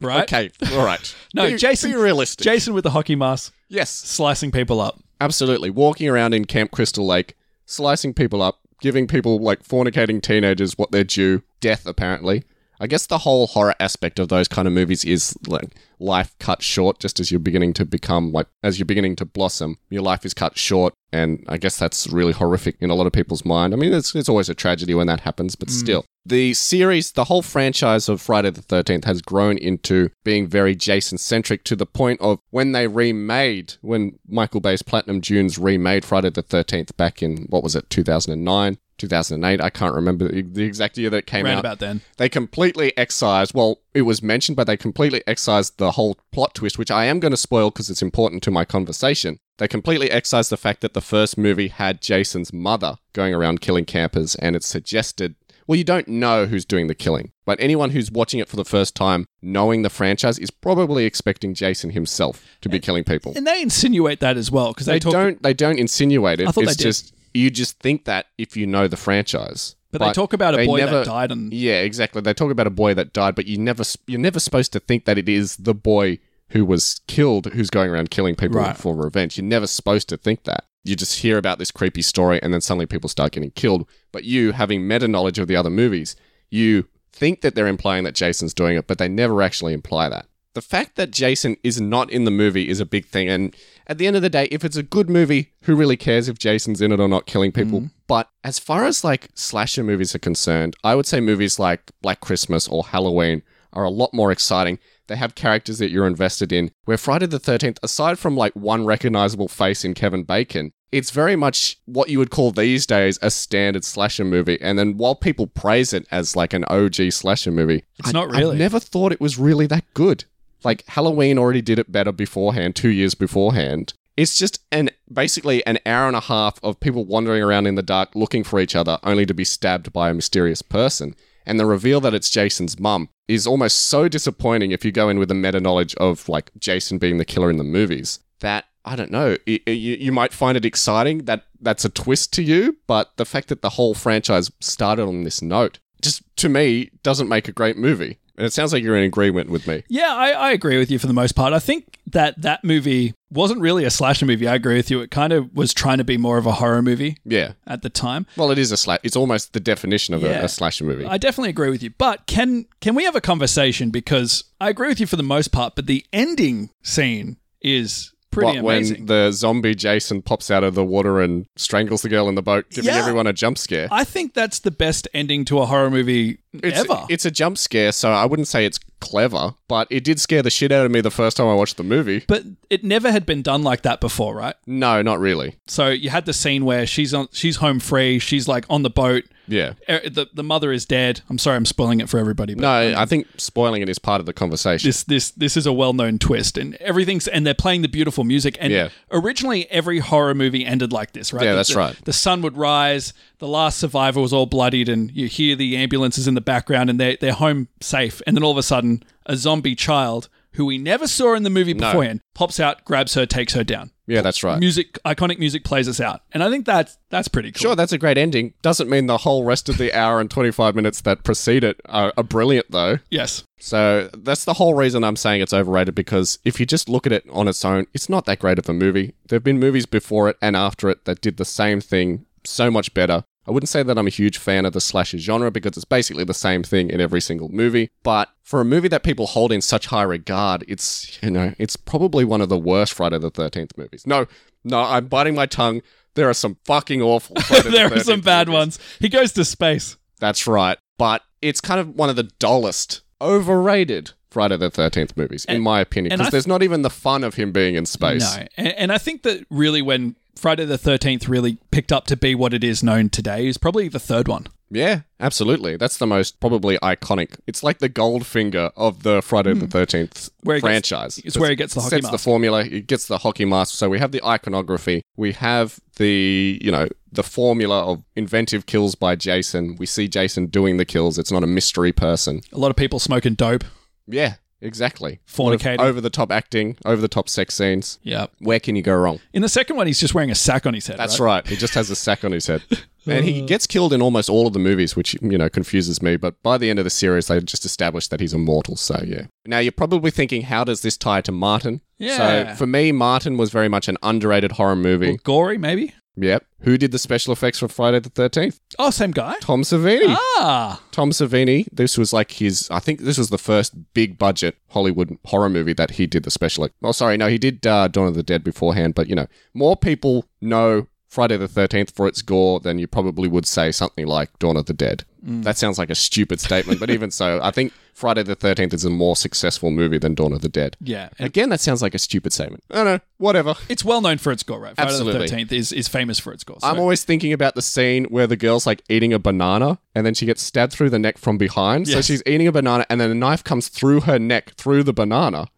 Speaker 3: right?
Speaker 2: Okay, all right.
Speaker 3: [LAUGHS] No,
Speaker 2: Be-
Speaker 3: Jason-
Speaker 2: Be realistic.
Speaker 3: Jason with the hockey mask
Speaker 2: yes.
Speaker 3: slicing people up.
Speaker 2: Absolutely. Walking around in Camp Crystal Lake, slicing people up, giving people, like, fornicating teenagers what they're due. Death, apparently. I guess the whole horror aspect of those kind of movies is like life cut short just as you're beginning to become like as you're beginning to blossom your life is cut short and I guess that's really horrific in a lot of people's mind. I mean it's it's always a tragedy when that happens but still the series the whole franchise of Friday the 13th has grown into being very Jason centric to the point of when they remade when Michael Bay's Platinum Dunes remade Friday the 13th back in what was it 2009 2008 I can't remember the the exact year that it came
Speaker 3: Round
Speaker 2: out
Speaker 3: about then.
Speaker 2: they completely excised well it was mentioned but they completely excised the whole plot twist which i am going to spoil because it's important to my conversation they completely excised the fact that the first movie had jason's mother going around killing campers and it's suggested well you don't know who's doing the killing but anyone who's watching it for the first time knowing the franchise is probably expecting jason himself to be killing people
Speaker 3: And they insinuate that as well because they,
Speaker 2: they
Speaker 3: talk.
Speaker 2: don't they don't insinuate it
Speaker 3: I thought
Speaker 2: it's
Speaker 3: they did.
Speaker 2: just you just think that if you know the franchise
Speaker 3: But, they talk about a
Speaker 2: they
Speaker 3: boy
Speaker 2: never-
Speaker 3: that died and
Speaker 2: yeah, exactly. They talk about a boy that died, but you never you're never supposed to think that it is the boy who was killed who's going around killing people
Speaker 3: Right.
Speaker 2: for revenge. You're never supposed to think that. You just hear about this creepy story and then suddenly people start getting killed. But you, having meta knowledge of the other movies, you think that they're implying that Jason's doing it, but they never actually imply that. The fact that Jason is not in the movie is a big thing. And at the end of the day, if it's a good movie, who really cares if Jason's in it or not killing people? But as far as like slasher movies are concerned, I would say movies like Black Christmas or Halloween are a lot more exciting. They have characters that you're invested in. Where Friday the 13th, aside from like one recognizable face in Kevin Bacon, it's very much what you would call these days a standard slasher movie. And then while people praise it as like an OG slasher movie,
Speaker 3: It's
Speaker 2: I-
Speaker 3: not
Speaker 2: I
Speaker 3: really.
Speaker 2: never thought it was really that good. Like Halloween already did it better beforehand, two years beforehand. It's just an basically an hour and a half of people wandering around in the dark looking for each other, only to be stabbed by a mysterious person. And the reveal that it's Jason's mum is almost so disappointing if you go in with the meta knowledge of like Jason being the killer in the movies that I don't know. i- i- you, you might find it exciting that that's a twist to you, but the fact that the whole franchise started on this note just to me doesn't make a great movie. And it sounds like you're in agreement with me.
Speaker 3: Yeah, I, I agree with you for the most part. I think that that movie wasn't really a slasher movie. I agree with you. It kind of was trying to be more of a horror movie
Speaker 2: Yeah.
Speaker 3: at the time.
Speaker 2: Well, it is a slash. It's almost the definition of
Speaker 3: Yeah.
Speaker 2: a, a slasher movie.
Speaker 3: I definitely agree with you. But can can we have a conversation because I agree with you for the most part, but the ending scene is pretty
Speaker 2: What,
Speaker 3: amazing.
Speaker 2: when the zombie Jason pops out of the water and strangles the girl in the boat, giving
Speaker 3: Yeah.
Speaker 2: everyone a jump scare.
Speaker 3: I think that's the best ending to a horror movie
Speaker 2: It's,
Speaker 3: Ever.
Speaker 2: It's a jump scare, so I wouldn't say it's clever, but it did scare the shit out of me the first time I watched the movie.
Speaker 3: But it never had been done like that before, right?
Speaker 2: No, not really.
Speaker 3: So you had the scene where she's on, she's home free, she's like on the boat.
Speaker 2: Yeah.
Speaker 3: Er, The, the mother is dead. I'm sorry, I'm spoiling it for everybody. But
Speaker 2: No, I think spoiling it is part of the conversation.
Speaker 3: this this this is a well-known twist and everything's and they're playing the beautiful music and
Speaker 2: Yeah.
Speaker 3: originally every horror movie ended like this right
Speaker 2: Yeah,
Speaker 3: The-
Speaker 2: that's
Speaker 3: the-
Speaker 2: right.
Speaker 3: the sun would rise the last survivor was all bloodied and you hear the ambulances in the background and they're, they're home safe and then all of a sudden a zombie child who we never saw in the movie beforehand pops out grabs her takes her down
Speaker 2: yeah, that's right.
Speaker 3: music iconic music plays us out and i think that's that's pretty cool
Speaker 2: Sure, that's a great ending. Doesn't mean the whole rest of the hour and 25 minutes that precede it are, are brilliant, though.
Speaker 3: yes
Speaker 2: So that's the whole reason I'm saying it's overrated because if you just look at it on its own, it's not that great of a movie. There have been movies before it and after it that did the same thing so much better. I wouldn't say that I'm a huge fan of the slasher genre because it's basically the same thing in every single movie. But for a movie that people hold in such high regard, it's, you know, it's probably one of the worst Friday the 13th movies. No, no, I'm biting my tongue. There are some fucking
Speaker 3: [LAUGHS]
Speaker 2: awful Friday the
Speaker 3: there are some
Speaker 2: 13th
Speaker 3: bad
Speaker 2: movies.
Speaker 3: ones he goes to space
Speaker 2: That's right. But it's kind of one of the dullest, overrated Friday the 13th movies, in my opinion,
Speaker 3: and
Speaker 2: because
Speaker 3: I-
Speaker 2: there's not even the fun of him being in space.
Speaker 3: No, and, and I think that really when Friday the Thirteenth really picked up to be what it is known today is probably the third one.
Speaker 2: Yeah, absolutely. That's the most probably iconic. It's like the gold finger of the Friday the 13th
Speaker 3: Hmm. Where it gets-
Speaker 2: franchise.
Speaker 3: it's where it gets the hockey
Speaker 2: sets the
Speaker 3: mask.
Speaker 2: formula, it gets the hockey mask. So we have the iconography, we have the, you know, the formula of inventive kills by Jason. We see Jason doing the kills. It's not a mystery person.
Speaker 3: A lot of people smoking dope,
Speaker 2: Yeah, exactly.
Speaker 3: fornicating.
Speaker 2: Over the top acting, over the top sex scenes.
Speaker 3: yeah.
Speaker 2: Where can you go wrong?
Speaker 3: In the second one, he's just wearing a sack on his head.
Speaker 2: That's right. He just has a sack on his
Speaker 3: [LAUGHS]
Speaker 2: head. And
Speaker 3: Uh.
Speaker 2: he gets killed in almost all of the movies, which, you know, confuses me. But by the end of the series, they just established that he's immortal. So, yeah. Now, you're probably thinking, how does this tie to Martin?
Speaker 3: Yeah.
Speaker 2: So, for me, Martin was very much an underrated horror movie.
Speaker 3: Or gory, maybe.
Speaker 2: Yep. Who did the special effects for Friday the 13th?
Speaker 3: Oh, same guy.
Speaker 2: Tom Savini.
Speaker 3: Ah,
Speaker 2: Tom Savini, this was like his, I think this was the first big budget Hollywood horror movie that he did the special. Oh, sorry, no, he did uh, Dawn of the Dead beforehand, but you know, more people know Friday the 13th for its gore than you probably would say something like Dawn of the Dead. That sounds like a stupid statement, but even so, I think Friday the 13th is a more successful movie than Dawn of the Dead.
Speaker 3: yeah. And
Speaker 2: Again, that sounds like a stupid statement. I don't know, whatever.
Speaker 3: it's well known for its gore, right? Friday
Speaker 2: Absolutely.
Speaker 3: the Thirteenth is is famous for its gore. So
Speaker 2: I'm always thinking about the scene where the girl's like eating a banana and then she gets stabbed through the neck from behind. So
Speaker 3: Yes.
Speaker 2: she's eating a banana and then a knife comes through her neck through the banana.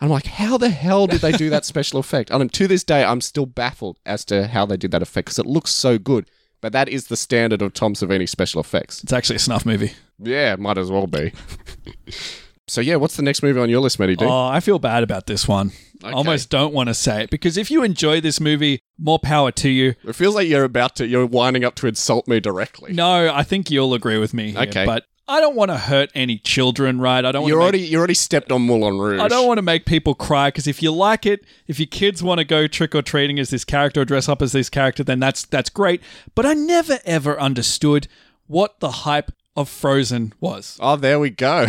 Speaker 2: I'm like, how the hell did they do that special effect? And to this day, I'm still baffled as to how they did that effect because it looks so good. But that is the standard of Tom Savini special effects.
Speaker 3: it's actually a snuff movie.
Speaker 2: Yeah, might as well be. [LAUGHS] so yeah, what's the next movie on your list, Matty D?
Speaker 3: Oh, I feel bad about this one. I
Speaker 2: Okay.
Speaker 3: almost don't want to say it because if you enjoy this movie, more power to you.
Speaker 2: it feels like you're about to, you're winding up to insult me directly.
Speaker 3: No, I think you'll agree with me. Here,
Speaker 2: Okay.
Speaker 3: but I don't want to hurt any children, right? I don't. Want
Speaker 2: You're
Speaker 3: to
Speaker 2: already, you already stepped on Moulin Rouge.
Speaker 3: Make, I don't want to make people cry because if you like it, if your kids want to go trick or treating as this character or dress up as this character, then that's that's great. But I never ever understood what the hype of Frozen was.
Speaker 2: Oh, there we
Speaker 3: [LAUGHS]
Speaker 2: go.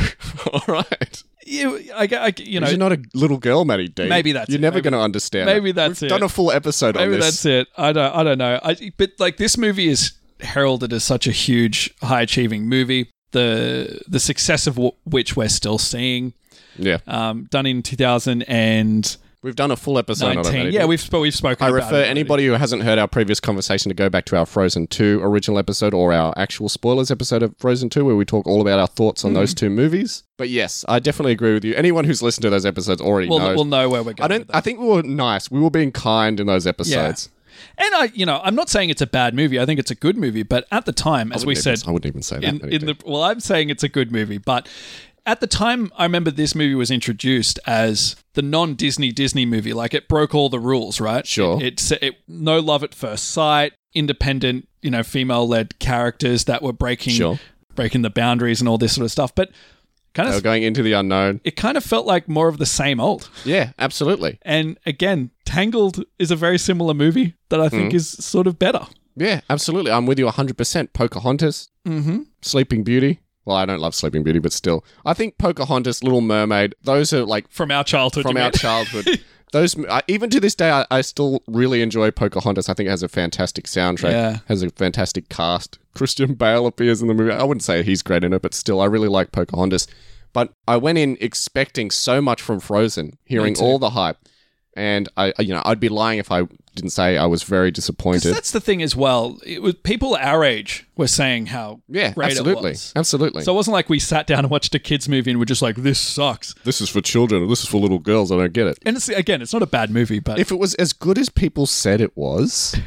Speaker 2: All right.
Speaker 3: You, I, I- you know,
Speaker 2: Because you're not a little girl, Matty D.
Speaker 3: Uh, Maybe that's
Speaker 2: You're
Speaker 3: it.
Speaker 2: never
Speaker 3: Maybe-
Speaker 2: going to understand.
Speaker 3: maybe
Speaker 2: it.
Speaker 3: that's
Speaker 2: We've
Speaker 3: it.
Speaker 2: Done a full episode on
Speaker 3: maybe
Speaker 2: this.
Speaker 3: that's it. I don't. I don't know. I, but like this movie is heralded as such a huge, high achieving movie. The the success of w- which we're still seeing.
Speaker 2: Yeah,
Speaker 3: um, done in 2019.
Speaker 2: we've done a full episode on it. Matty D.
Speaker 3: Yeah, we've sp- we've spoken.
Speaker 2: I
Speaker 3: about
Speaker 2: refer
Speaker 3: it already.
Speaker 2: anybody who hasn't heard our previous conversation to go back to our Frozen 2 original episode or our actual spoilers episode of Frozen 2, where we talk all about our thoughts
Speaker 3: Hmm.
Speaker 2: on those two movies. But yes, I definitely agree with you. Anyone who's listened to those episodes already
Speaker 3: We'll,
Speaker 2: knows.
Speaker 3: we'll know where we're going.
Speaker 2: I don't.
Speaker 3: with that.
Speaker 2: I think we were nice. We were being kind in those episodes.
Speaker 3: and I, you know, I'm not saying it's a bad movie. I think it's a good movie. But at the time, as we said,
Speaker 2: I wouldn't even say that.
Speaker 3: in,
Speaker 2: Matty
Speaker 3: in
Speaker 2: D.
Speaker 3: the well, I'm saying it's a good movie. But at the time, I remember this movie was introduced as the non-Disney Disney movie. Like it broke all the rules, right?
Speaker 2: Sure.
Speaker 3: It, it, it no love at first sight, independent, you know, female-led characters that were breaking
Speaker 2: Sure.
Speaker 3: breaking the boundaries and all this sort of stuff. But kind
Speaker 2: they
Speaker 3: of
Speaker 2: were going into the unknown.
Speaker 3: it kind of felt like more of the same old.
Speaker 2: Yeah, absolutely.
Speaker 3: And again, Tangled is a very similar movie that I
Speaker 2: Mm.
Speaker 3: think is sort of better.
Speaker 2: Yeah, absolutely. I'm with you 100%. Pocahontas,
Speaker 3: Mm-hmm.
Speaker 2: Sleeping Beauty. Well, I don't love Sleeping Beauty, but still. I think Pocahontas, Little Mermaid, those are like
Speaker 3: From our childhood.
Speaker 2: from
Speaker 3: you
Speaker 2: our
Speaker 3: mean.
Speaker 2: childhood. [LAUGHS] Those I, even to this day, I, I still really enjoy Pocahontas. I think it has a fantastic soundtrack.
Speaker 3: Yeah.
Speaker 2: has a fantastic cast. Christian Bale appears in the movie. I wouldn't say he's great in it, but still, I really like Pocahontas. But I went in expecting so much from Frozen, hearing
Speaker 3: too.
Speaker 2: all the hype, and I, I- you know, I'd be lying if I didn't say I was very disappointed.
Speaker 3: That's the thing as well. It was people our age were saying how
Speaker 2: Yeah,
Speaker 3: great
Speaker 2: absolutely,
Speaker 3: it was.
Speaker 2: absolutely.
Speaker 3: So it wasn't like we sat down and watched a kids movie and we're just like, this sucks.
Speaker 2: this is for children. This is for little girls. I don't get it.
Speaker 3: And it's again, it's not a bad movie, but
Speaker 2: if it was as good as people said it
Speaker 3: [LAUGHS]
Speaker 2: was,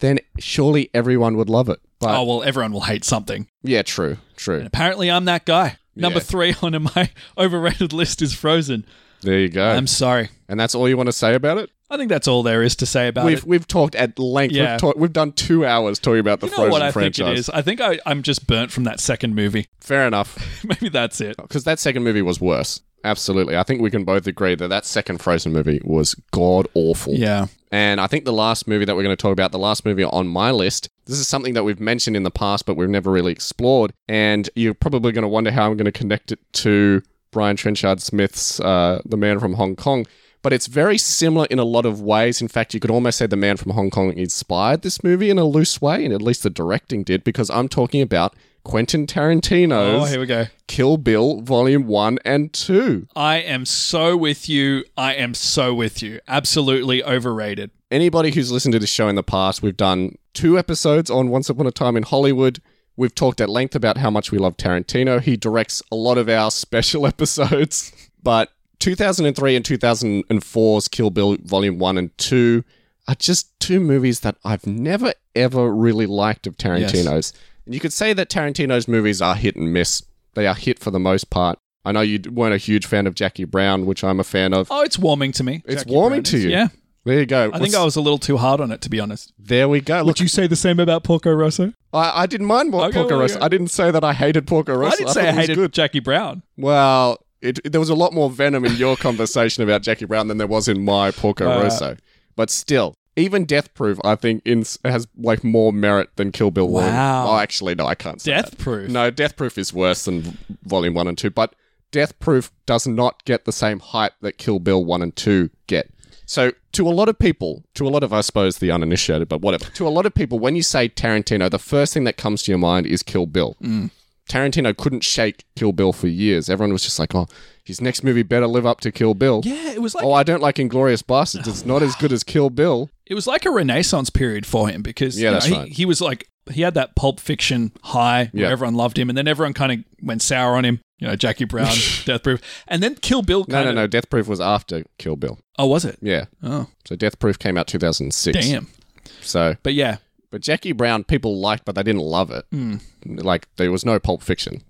Speaker 2: then surely everyone would love it. But
Speaker 3: oh well, everyone will hate something.
Speaker 2: yeah, true, true.
Speaker 3: Apparently, I'm that guy. Number
Speaker 2: Yeah.
Speaker 3: three on my [LAUGHS] overrated list is Frozen.
Speaker 2: There you go.
Speaker 3: I'm sorry.
Speaker 2: and that's all you want to say about it?
Speaker 3: I think that's all there is to say about
Speaker 2: we've
Speaker 3: it.
Speaker 2: we've talked at length.
Speaker 3: Uh, Yeah.
Speaker 2: We've, talked we've done two hours talking about the
Speaker 3: You know
Speaker 2: Frozen
Speaker 3: what I
Speaker 2: franchise.
Speaker 3: think it is? I think I, I'm just burnt from that second movie. [LAUGHS]
Speaker 2: Fair enough,
Speaker 3: Maybe that's it.
Speaker 2: because that second movie was worse. Absolutely, I think we can both agree that that second Frozen movie was god awful.
Speaker 3: Yeah.
Speaker 2: And I think the last movie that we're going to talk about, the last movie on my list, this is something that we've mentioned in the past, but we've never really explored. And you're probably going to wonder how I'm going to connect it to Brian Trenchard Smith's uh, The Man from Hong Kong. But it's very similar in a lot of ways. In fact, you could almost say The Man from Hong Kong inspired this movie in a loose way, and at least the directing did, because I'm talking about Quentin
Speaker 3: Oh,
Speaker 2: Tarantino's
Speaker 3: here we go.
Speaker 2: Kill Bill Volume 1 and 2.
Speaker 3: I am so with you. I am so with you. Absolutely overrated.
Speaker 2: anybody who's listened to this show in the past, we've done two episodes on Once Upon a Time in Hollywood. We've talked at length about how much we love Tarantino. He directs a lot of our [LAUGHS] special episodes. But 2003 and 2004's Kill Bill Volume 1 and 2 are just two movies that I've never, ever really liked of Tarantino's. And you could say that Tarantino's movies are hit and miss, they are hit for the most part. I know you d- weren't a huge fan of Jackie Brown, which I'm a fan of.
Speaker 3: Oh, it's warming to me.
Speaker 2: It's
Speaker 3: Jackie
Speaker 2: warming
Speaker 3: Brown
Speaker 2: to
Speaker 3: is-
Speaker 2: you.
Speaker 3: Yeah.
Speaker 2: There you go.
Speaker 3: I think I was a little too hard on it, to be honest.
Speaker 2: there we go. Look,
Speaker 3: you say the same about Porco Rosso?
Speaker 2: I, I didn't mind what
Speaker 3: Okay,
Speaker 2: Porco
Speaker 3: well,
Speaker 2: Rosso.
Speaker 3: yeah.
Speaker 2: I didn't say that I hated Porco Rosso.
Speaker 3: I didn't say
Speaker 2: thought
Speaker 3: I
Speaker 2: it was
Speaker 3: hated
Speaker 2: Good.
Speaker 3: Jackie Brown.
Speaker 2: Well, it, there was a lot more venom in your [LAUGHS] conversation about Jackie Brown than there was in my Porco
Speaker 3: Uh,
Speaker 2: Rosso. But still, even Death Proof, I think, in, has like more merit than Kill Bill. Volume-
Speaker 3: Wow.
Speaker 2: Oh, actually, no, I can't say
Speaker 3: Death
Speaker 2: that.
Speaker 3: proof.
Speaker 2: No, Death Proof is worse than v- Volume One and Two. But Death Proof does not get the same hype that Kill Bill One and Two get. So, to a lot of people, to a lot of, I suppose, the uninitiated, but whatever, to a lot of people, when you say Tarantino, the first thing that comes to your mind is Kill Bill.
Speaker 3: Mm.
Speaker 2: Tarantino couldn't shake Kill Bill for years. Everyone was just like, oh, his next movie better live up to Kill Bill.
Speaker 3: Yeah, it was like
Speaker 2: Oh, I don't like Inglorious Bastards. It's not as good as Kill Bill.
Speaker 3: it was like a renaissance period for him because
Speaker 2: Yeah,
Speaker 3: you know,
Speaker 2: that's
Speaker 3: he,
Speaker 2: right.
Speaker 3: he was like he had that pulp fiction high where
Speaker 2: Yeah.
Speaker 3: everyone loved him and then everyone kind of went sour on him. You know, Jackie
Speaker 2: [LAUGHS]
Speaker 3: Brown, Death Proof. And then Kill Bill
Speaker 2: No,
Speaker 3: kind
Speaker 2: no,
Speaker 3: of
Speaker 2: no. Death Proof was after Kill Bill.
Speaker 3: Oh, was it?
Speaker 2: Yeah.
Speaker 3: Oh.
Speaker 2: So Death Proof came out 2006.
Speaker 3: Damn.
Speaker 2: So
Speaker 3: But yeah,
Speaker 2: But Jackie Brown, people liked, but they didn't love it. Like there was no Pulp Fiction.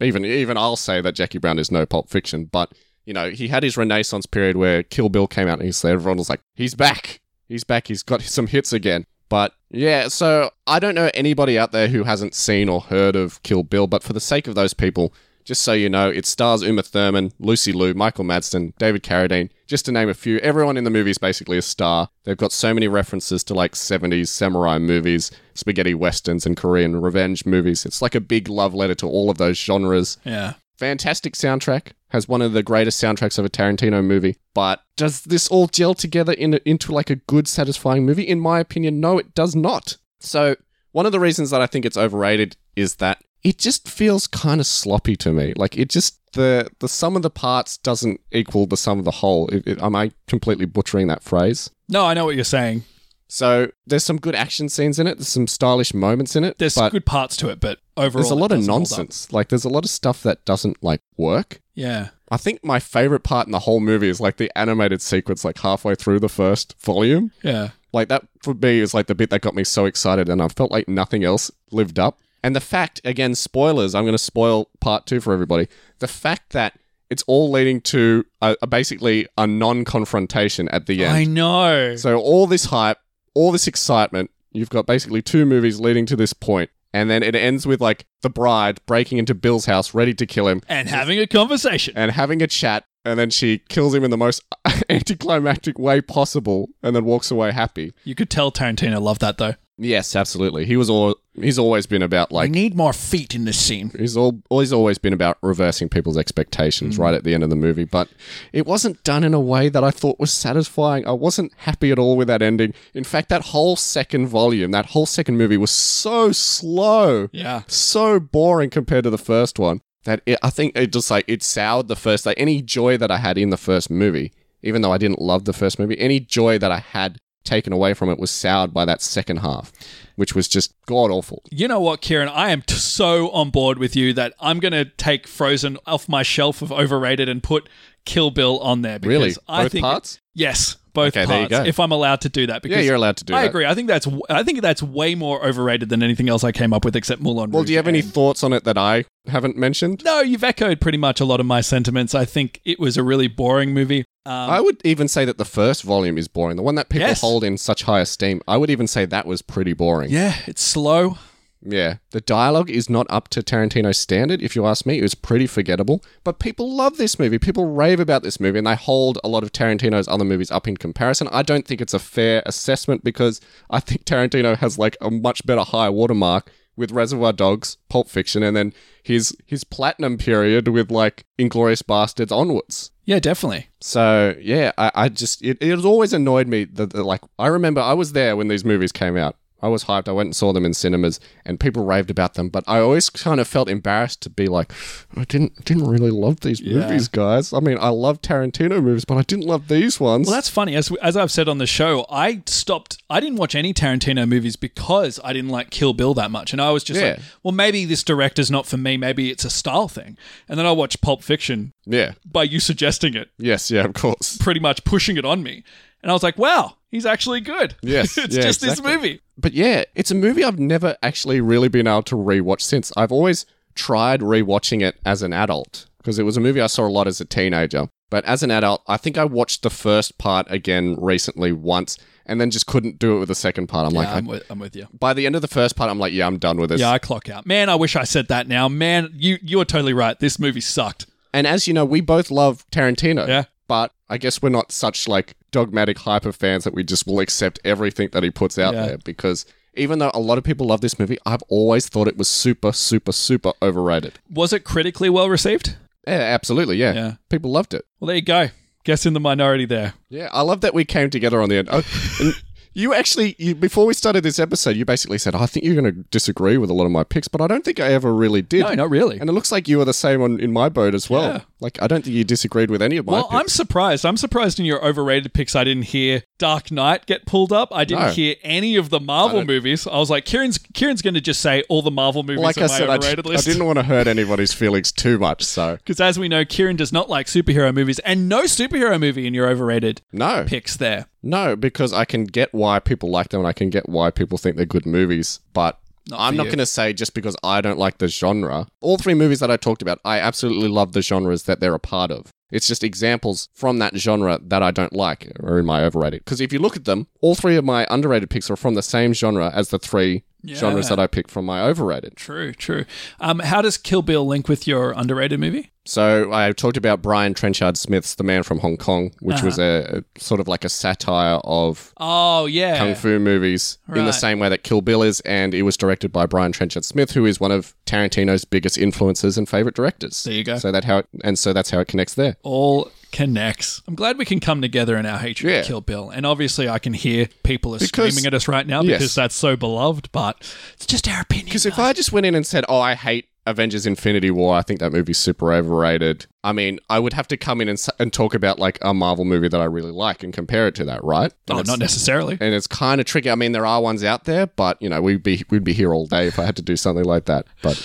Speaker 2: Even even I'll say that Jackie Brown is no Pulp Fiction, but you know he had his renaissance period where Kill Bill came out, and he's everyone was like, he's back, he's back, he's got some hits again. But yeah, so I don't know anybody out there who hasn't seen or heard of Kill Bill, but for the sake of those people, just so you know, it stars Uma Thurman, Lucy Liu, Michael Madsen, David Carradine, just to name a few. Everyone in the movie is basically a star. They've got so many references to like 70s samurai movies, spaghetti westerns, and Korean revenge movies. It's like a big love letter to all of those genres.
Speaker 3: yeah.
Speaker 2: Fantastic soundtrack, has one of the greatest soundtracks of a Tarantino movie. But does this all gel together in, into like a good, satisfying movie? In my opinion, no, it does not. So, one of the reasons that I think it's overrated is that it just feels kind of sloppy to me. Like it just the the sum of the parts doesn't equal the sum of the whole. It- it- am I completely butchering that phrase?
Speaker 3: No, I know what you're saying.
Speaker 2: So there's some good action scenes in it. There's some stylish moments in it.
Speaker 3: There's
Speaker 2: but
Speaker 3: good parts to it, but overall
Speaker 2: there's a lot
Speaker 3: it
Speaker 2: of
Speaker 3: doesn't hold up.
Speaker 2: nonsense. Like there's a lot of stuff that doesn't like work.
Speaker 3: Yeah.
Speaker 2: I think my favorite part in the whole movie is like the animated sequence, like halfway through the first volume.
Speaker 3: Yeah.
Speaker 2: Like that for me is like the bit that got me so excited, and I felt like nothing else lived up. And the fact, again, spoilers, I'm going to spoil part two for everybody. The fact that it's all leading to a, a basically a non confrontation at the end.
Speaker 3: I know.
Speaker 2: So all this hype, all this excitement, you've got basically two movies leading to this point, and then it ends with like the bride breaking into Bill's house, ready to kill him
Speaker 3: and having a conversation.
Speaker 2: and having a chat, and then she kills him in the most [LAUGHS] anticlimactic way possible, and then walks away happy.
Speaker 3: You could tell Tarantino loved that though.
Speaker 2: Yes, absolutely. He was all. He's always been about
Speaker 3: I
Speaker 2: like
Speaker 3: need more feet in this scene.
Speaker 2: He's all, always always been about reversing people's expectations right at the end of the movie, but it wasn't done in a way that I thought was satisfying. I wasn't happy at all with that ending. In fact, that whole second volume, that whole second movie was so slow,
Speaker 3: Yeah.
Speaker 2: so boring compared to the first one that it, I think it just like it soured the first like any joy that I had in the first movie, even though I didn't love the first movie, any joy that I had taken away from it was soured by that second half, which was just god awful.
Speaker 3: You know what, Kieran? I am t- so on board with you that I'm going to take Frozen off my shelf of overrated and put Kill Bill on there. Because
Speaker 2: Really?
Speaker 3: I
Speaker 2: Both
Speaker 3: think
Speaker 2: parts?
Speaker 3: Yes, both
Speaker 2: Okay,
Speaker 3: parts.
Speaker 2: there you go.
Speaker 3: If I'm allowed to do that, because
Speaker 2: Yeah, you're allowed to do
Speaker 3: I
Speaker 2: that.
Speaker 3: agree. I think that's w- I think that's way more overrated than anything else I came up with except Moulin
Speaker 2: Well, do you
Speaker 3: Rouge
Speaker 2: have any
Speaker 3: and-
Speaker 2: thoughts on it that I haven't mentioned?
Speaker 3: No, you've echoed pretty much a lot of my sentiments. I think it was a really boring movie. Um,
Speaker 2: I would even say that the first volume is boring. The one that people
Speaker 3: Yes.
Speaker 2: hold in such high esteem, I would even say that was pretty boring.
Speaker 3: yeah, it's slow.
Speaker 2: Yeah. The dialogue is not up to Tarantino's standard, if you ask me. It was pretty forgettable. But people love this movie. People rave about this movie, and they hold a lot of Tarantino's other movies up in comparison. I don't think it's a fair assessment because I think Tarantino has like a much better high watermark with Reservoir Dogs, Pulp Fiction, and then his his platinum period with like Inglorious Bastards onwards.
Speaker 3: Yeah, definitely.
Speaker 2: So yeah, I, I just it, it has always annoyed me that, that like I remember I was there when these movies came out. I was hyped. I went and saw them in cinemas, and people raved about them. But I always kind of felt embarrassed to be like, I didn't didn't really love these movies, guys. I mean, I love Tarantino movies, but I didn't love these ones.
Speaker 3: Well, that's funny. As as I've said on the show, I stopped. I didn't watch any Tarantino movies because I didn't like Kill Bill that much, and I was just like,
Speaker 2: Yeah.
Speaker 3: well, maybe this director's not for me. Maybe it's a style thing. And then I watched Pulp Fiction
Speaker 2: yeah,
Speaker 3: by you suggesting it,
Speaker 2: yes, yeah, of course.
Speaker 3: pretty much pushing it on me, and I was like, wow, he's actually good. [LAUGHS]
Speaker 2: Yes,
Speaker 3: it's
Speaker 2: yeah,
Speaker 3: just
Speaker 2: exactly.
Speaker 3: this movie.
Speaker 2: But yeah, it's a movie I've never actually really been able to rewatch since. I've always tried rewatching it as an adult because it was a movie I saw a lot as a teenager. But as an adult, I think I watched the first part again recently once and then just couldn't do it with the second part. I'm like,
Speaker 3: yeah, I'm with, I'm with you.
Speaker 2: by the end of the first part, I'm like, yeah, I'm done with this.
Speaker 3: Yeah, I clock out. Man, I wish I said that now. Man, you you're totally right. This movie sucked.
Speaker 2: And as you know, we both love Tarantino.
Speaker 3: Yeah.
Speaker 2: But I guess we're not such like dogmatic hyper fans that we just will accept everything that he puts out
Speaker 3: Yeah.
Speaker 2: there because even though a lot of people love this movie, I've always thought it was super, super, super overrated.
Speaker 3: Was it critically well received?
Speaker 2: Yeah, absolutely. Yeah.
Speaker 3: Yeah.
Speaker 2: People loved it.
Speaker 3: Well, there you go. Guess in the minority there.
Speaker 2: Yeah. I love that we came together on the end. Oh,
Speaker 3: [LAUGHS]
Speaker 2: and you actually, you, before we started this episode, you basically said, I think you're going to disagree with a lot of my picks, but I don't think I ever really did.
Speaker 3: No, not really.
Speaker 2: And it looks like you were the same on, in my boat as well.
Speaker 3: Yeah.
Speaker 2: Like, I don't think you disagreed with any of my
Speaker 3: Well,
Speaker 2: picks.
Speaker 3: I'm surprised. I'm surprised in your overrated picks. I didn't hear Dark Knight get pulled up. I didn't
Speaker 2: No.
Speaker 3: hear any of the Marvel movies. I was like, Kieran's Kieran's going to just say all the Marvel movies
Speaker 2: like
Speaker 3: on
Speaker 2: I
Speaker 3: my
Speaker 2: said, I,
Speaker 3: overrated
Speaker 2: I
Speaker 3: list.
Speaker 2: didn't want to hurt anybody's feelings too much, so
Speaker 3: Because as we know, Kieran does not like superhero movies, and no superhero movie in your overrated
Speaker 2: no,
Speaker 3: picks there.
Speaker 2: no, because I can get why people like them, and I can get why people think they're good movies, but. I'm
Speaker 3: for
Speaker 2: not
Speaker 3: you.
Speaker 2: going to say just because I don't like the genre. All three movies that I talked about, I absolutely love the genres that they're a part of. It's just examples from that genre that I don't like or in my overrated. Because if you look at them, all three of my underrated picks are from the same genre as the three genres
Speaker 3: Yeah.
Speaker 2: that I picked from my overrated.
Speaker 3: True, true. Um, how does Kill Bill link with your underrated movie?
Speaker 2: So I talked about Brian Trenchard Smith's The Man from Hong Kong, which was a, a sort of like a satire of
Speaker 3: Oh Uh-huh. yeah,
Speaker 2: kung fu movies in the
Speaker 3: Right.
Speaker 2: same way that Kill Bill is, and it was directed by Brian Trenchard Smith, who is one of Tarantino's biggest influences and favorite directors.
Speaker 3: There you go.
Speaker 2: So that how it, and so that's how it connects there.
Speaker 3: all connects. I'm glad we can come together in our hatred
Speaker 2: Yeah.
Speaker 3: of Kill Bill. And obviously, I can hear people are
Speaker 2: Because-
Speaker 3: screaming at us right now
Speaker 2: Yes.
Speaker 3: because that's so beloved, but it's just our opinion.
Speaker 2: Because if I just went in and said, "Oh, I hate Avengers: Infinity War," I think that movie's super overrated. I mean, I would have to come in and, s- and talk about like a Marvel movie that I really like and compare it to that, right?
Speaker 3: oh,
Speaker 2: And
Speaker 3: not necessarily.
Speaker 2: and it's kind of tricky. I mean, there are ones out there, but you know, we'd be we'd be here all day if I had to do something like that. But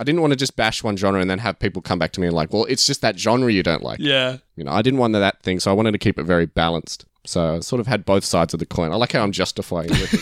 Speaker 2: I didn't want to just bash one genre and then have people come back to me and like, well, it's just that genre you don't like.
Speaker 3: Yeah.
Speaker 2: You know, I didn't want that thing, so I wanted to keep it very balanced. So I sort of had both sides of the coin. I like how I'm justifying it.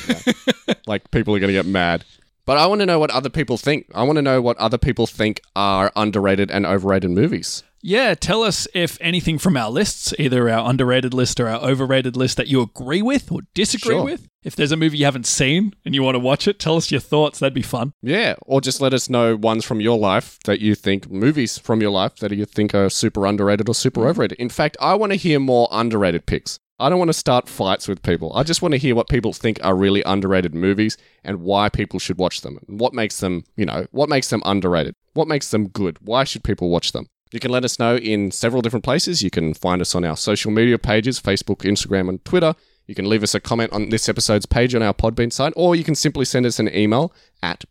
Speaker 2: now. like people are going to get mad. But I want to know what other people think. I want to know what other people think are underrated and overrated movies.
Speaker 3: Yeah, tell us if anything from our lists, either our underrated list or our overrated list, that you agree with or disagree
Speaker 2: Sure.
Speaker 3: with. If there's a movie you haven't seen and you want to watch it, tell us your thoughts. That'd be fun.
Speaker 2: Yeah, or just let us know ones from your life that you think movies from your life that you think are super underrated or super overrated. In fact, I want to hear more underrated picks. I don't want to start fights with people. I just want to hear what people think are really underrated movies and why people should watch them. And what makes them, you know, what makes them underrated? What makes them good? Why should people watch them? You can let us know in several different places. You can find us on our social media pages Facebook, Instagram, and Twitter. You can leave us a comment on this episode's page on our Podbean site, or you can simply send us an email at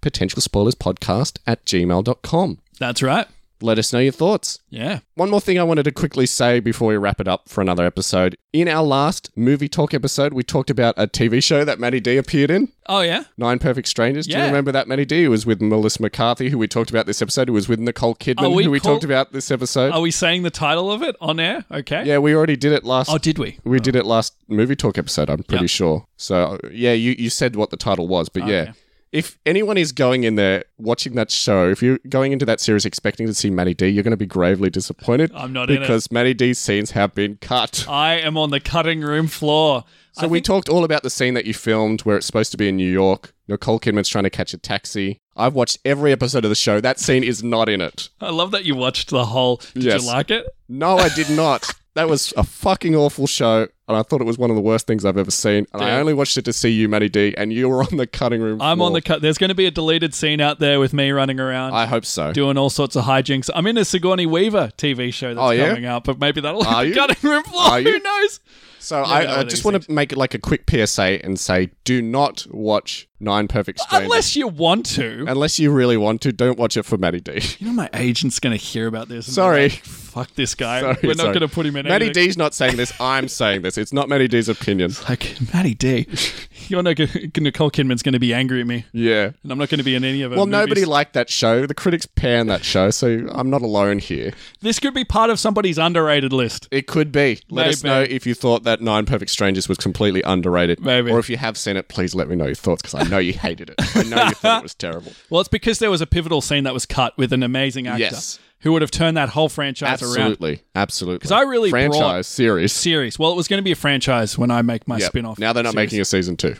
Speaker 2: potentialspoilerspodcast at gmail.com.
Speaker 3: That's right.
Speaker 2: Let us know your thoughts.
Speaker 3: Yeah.
Speaker 2: One more thing I wanted to quickly say before we wrap it up for another episode. In our last movie talk episode, we talked about a TV show that Maddie D appeared in,
Speaker 3: Oh, yeah.
Speaker 2: Nine Perfect Strangers. Do you
Speaker 3: Yeah.
Speaker 2: remember that Maddie D? It was with Melissa McCarthy, who we talked about this episode. It was with Nicole
Speaker 3: Are
Speaker 2: Kidman,
Speaker 3: we
Speaker 2: who we
Speaker 3: call-
Speaker 2: talked about this episode.
Speaker 3: Are we saying the title of it on air? Okay.
Speaker 2: yeah, we already did it last.
Speaker 3: Oh, did we?
Speaker 2: we did it last movie talk episode. I'm pretty sure. So yeah, you you said what the title was, but yeah. If anyone is going in there watching that show, if you're going into that series expecting to see Matty D, you're going to be gravely disappointed.
Speaker 3: I'm not in it.
Speaker 2: because Matty D's scenes have been cut.
Speaker 3: I am on the cutting room floor.
Speaker 2: So we talked all about the scene that you filmed where it's supposed to be in New York. Nicole Kidman's trying to catch a taxi. I've watched every episode of the show. That scene is not in it.
Speaker 3: I love that you watched the whole. Did
Speaker 2: Yes.
Speaker 3: you like it?
Speaker 2: No, I did not. That was a fucking awful show, and I thought it was one of the worst things I've ever seen. And I
Speaker 3: Damn.
Speaker 2: only watched it to see you, Matty D, and you were on the cutting room.
Speaker 3: I'm on
Speaker 2: floor.
Speaker 3: the cut. There's going to be a deleted scene out there with me running around
Speaker 2: I hope so.
Speaker 3: doing all sorts of hijinks. I'm in a Sigourney Weaver TV show that's
Speaker 2: Oh, yeah?
Speaker 3: coming up, but maybe that'll
Speaker 2: Are you?
Speaker 3: hit [LAUGHS] the cutting room
Speaker 2: Are
Speaker 3: floor.
Speaker 2: you?
Speaker 3: Who knows?
Speaker 2: So
Speaker 3: no,
Speaker 2: I, I
Speaker 3: no,
Speaker 2: just
Speaker 3: these
Speaker 2: want to make like a quick PSA and say, do not watch Nine Perfect Strangers
Speaker 3: Unless you want to.
Speaker 2: Unless you really want to. Don't watch it for Matty D. [LAUGHS]
Speaker 3: You know my agent's going to hear about this. and be
Speaker 2: Sorry.
Speaker 3: like, Fuck this guy.
Speaker 2: Sorry,
Speaker 3: We're not
Speaker 2: sorry.
Speaker 3: going to put him in
Speaker 2: Matty
Speaker 3: anything.
Speaker 2: D's not saying this. I'm saying this. It's not Matty D's
Speaker 3: [LAUGHS]
Speaker 2: opinion.
Speaker 3: Like, Matty D. You're not gonna, Nicole Kidman's going to be angry at me,
Speaker 2: Yeah.
Speaker 3: and I'm not going to be in any of it.
Speaker 2: Well, nobody liked that show. The critics panned that show, so I'm not alone here.
Speaker 3: This could be part of somebody's underrated list.
Speaker 2: It could be. Let us
Speaker 3: Maybe.
Speaker 2: know if you thought that Nine Perfect Strangers was completely underrated.
Speaker 3: Maybe.
Speaker 2: Or if you have seen it, please let me know your thoughts because I know you hated it. I know you thought it
Speaker 3: [LAUGHS]
Speaker 2: was terrible.
Speaker 3: Well, it's because there was a pivotal scene that was cut with an amazing actor
Speaker 2: Yes.
Speaker 3: who would have turned that whole franchise around.
Speaker 2: Absolutely. Absolutely. Because
Speaker 3: I really brought-
Speaker 2: franchise series.
Speaker 3: Series. Well, it was going to be a franchise when I make my
Speaker 2: Yep.
Speaker 3: spin-off.
Speaker 2: Now they're not
Speaker 3: series.
Speaker 2: making a season two,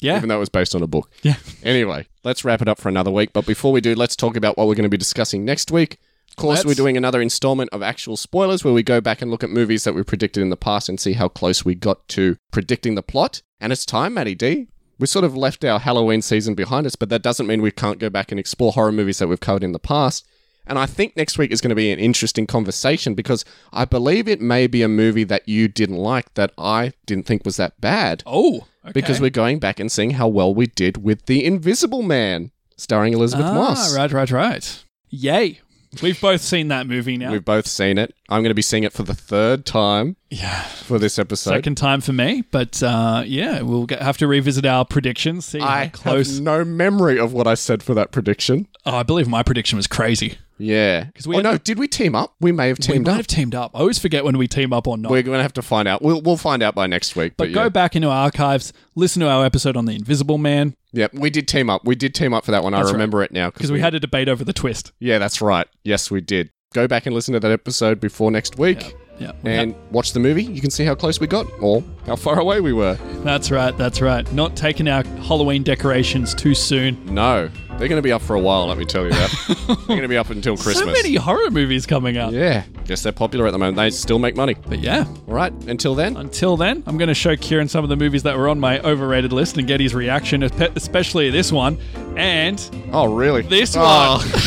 Speaker 3: Yeah.
Speaker 2: even though it was based on a book.
Speaker 3: Yeah.
Speaker 2: Anyway, let's wrap it up for another week. But before we do, let's talk about what we're going to be discussing next week. Of course,
Speaker 3: Let's.
Speaker 2: we're doing another installment of actual spoilers where we go back and look at movies that we predicted in the past and see how close we got to predicting the plot. And it's time, Matty D. We sort of left our Halloween season behind us, but that doesn't mean we can't go back and explore horror movies that we've covered in the past. And I think next week is going to be an interesting conversation because I believe it may be a movie that you didn't like that I didn't think was that bad
Speaker 3: Oh, okay.
Speaker 2: because we're going back and seeing how well we did with The Invisible Man, starring Elizabeth
Speaker 3: ah,
Speaker 2: Moss.
Speaker 3: right, right, right. Yay. We've both seen that movie now.
Speaker 2: We've both seen it. I'm going to be seeing it for the third time
Speaker 3: yeah.
Speaker 2: for this episode.
Speaker 3: Second time for me, but uh, yeah, we'll get, have to revisit our predictions. See how
Speaker 2: I
Speaker 3: close.
Speaker 2: have no memory of what I said for that prediction.
Speaker 3: oh, I believe my prediction was crazy.
Speaker 2: Yeah.
Speaker 3: 'Cause we
Speaker 2: oh,
Speaker 3: had-
Speaker 2: no. Did we team up? We may have
Speaker 3: We
Speaker 2: teamed
Speaker 3: might
Speaker 2: up.
Speaker 3: have teamed up. I always forget when we team up or not.
Speaker 2: We're going to have to find out. We'll, we'll find out by next week. But,
Speaker 3: but go
Speaker 2: yeah.
Speaker 3: back into our archives, listen to our episode on the Invisible Man
Speaker 2: Yep, we did team up. We did team up for that one. I
Speaker 3: right.
Speaker 2: remember it now.
Speaker 3: because we had a debate over the twist.
Speaker 2: Yeah, that's right. Yes, we did. Go back and listen to that episode before next week.
Speaker 3: Yeah, we
Speaker 2: And watch the movie. You can see how close we got or how far away we were.
Speaker 3: ha- that's right, that's right. Not taking our Halloween decorations too soon.
Speaker 2: No, they're going to be up for a while. Let me tell you that.
Speaker 3: [LAUGHS]
Speaker 2: they're going to be up until Christmas.
Speaker 3: So many horror movies coming out.
Speaker 2: Yeah, guess they're popular at the moment. They still make money.
Speaker 3: But yeah,
Speaker 2: All right. Until then,
Speaker 3: until then, I'm going to show Kieran some of the movies that were on my overrated list and get his reaction, espe- especially this one. And
Speaker 2: oh really?
Speaker 3: This
Speaker 2: Oh. one.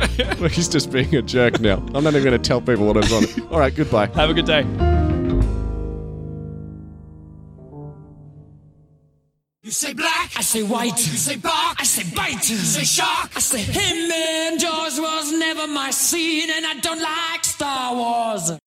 Speaker 2: [LAUGHS] He's just being a jerk now. I'm not even going to tell people what I was
Speaker 3: [LAUGHS]
Speaker 2: on. All right. Goodbye.
Speaker 3: have a good day.
Speaker 4: You say black, I say white. You say bark, I say bite. You say shark, I say him. And Jaws was never my scene, and I don't like Star Wars.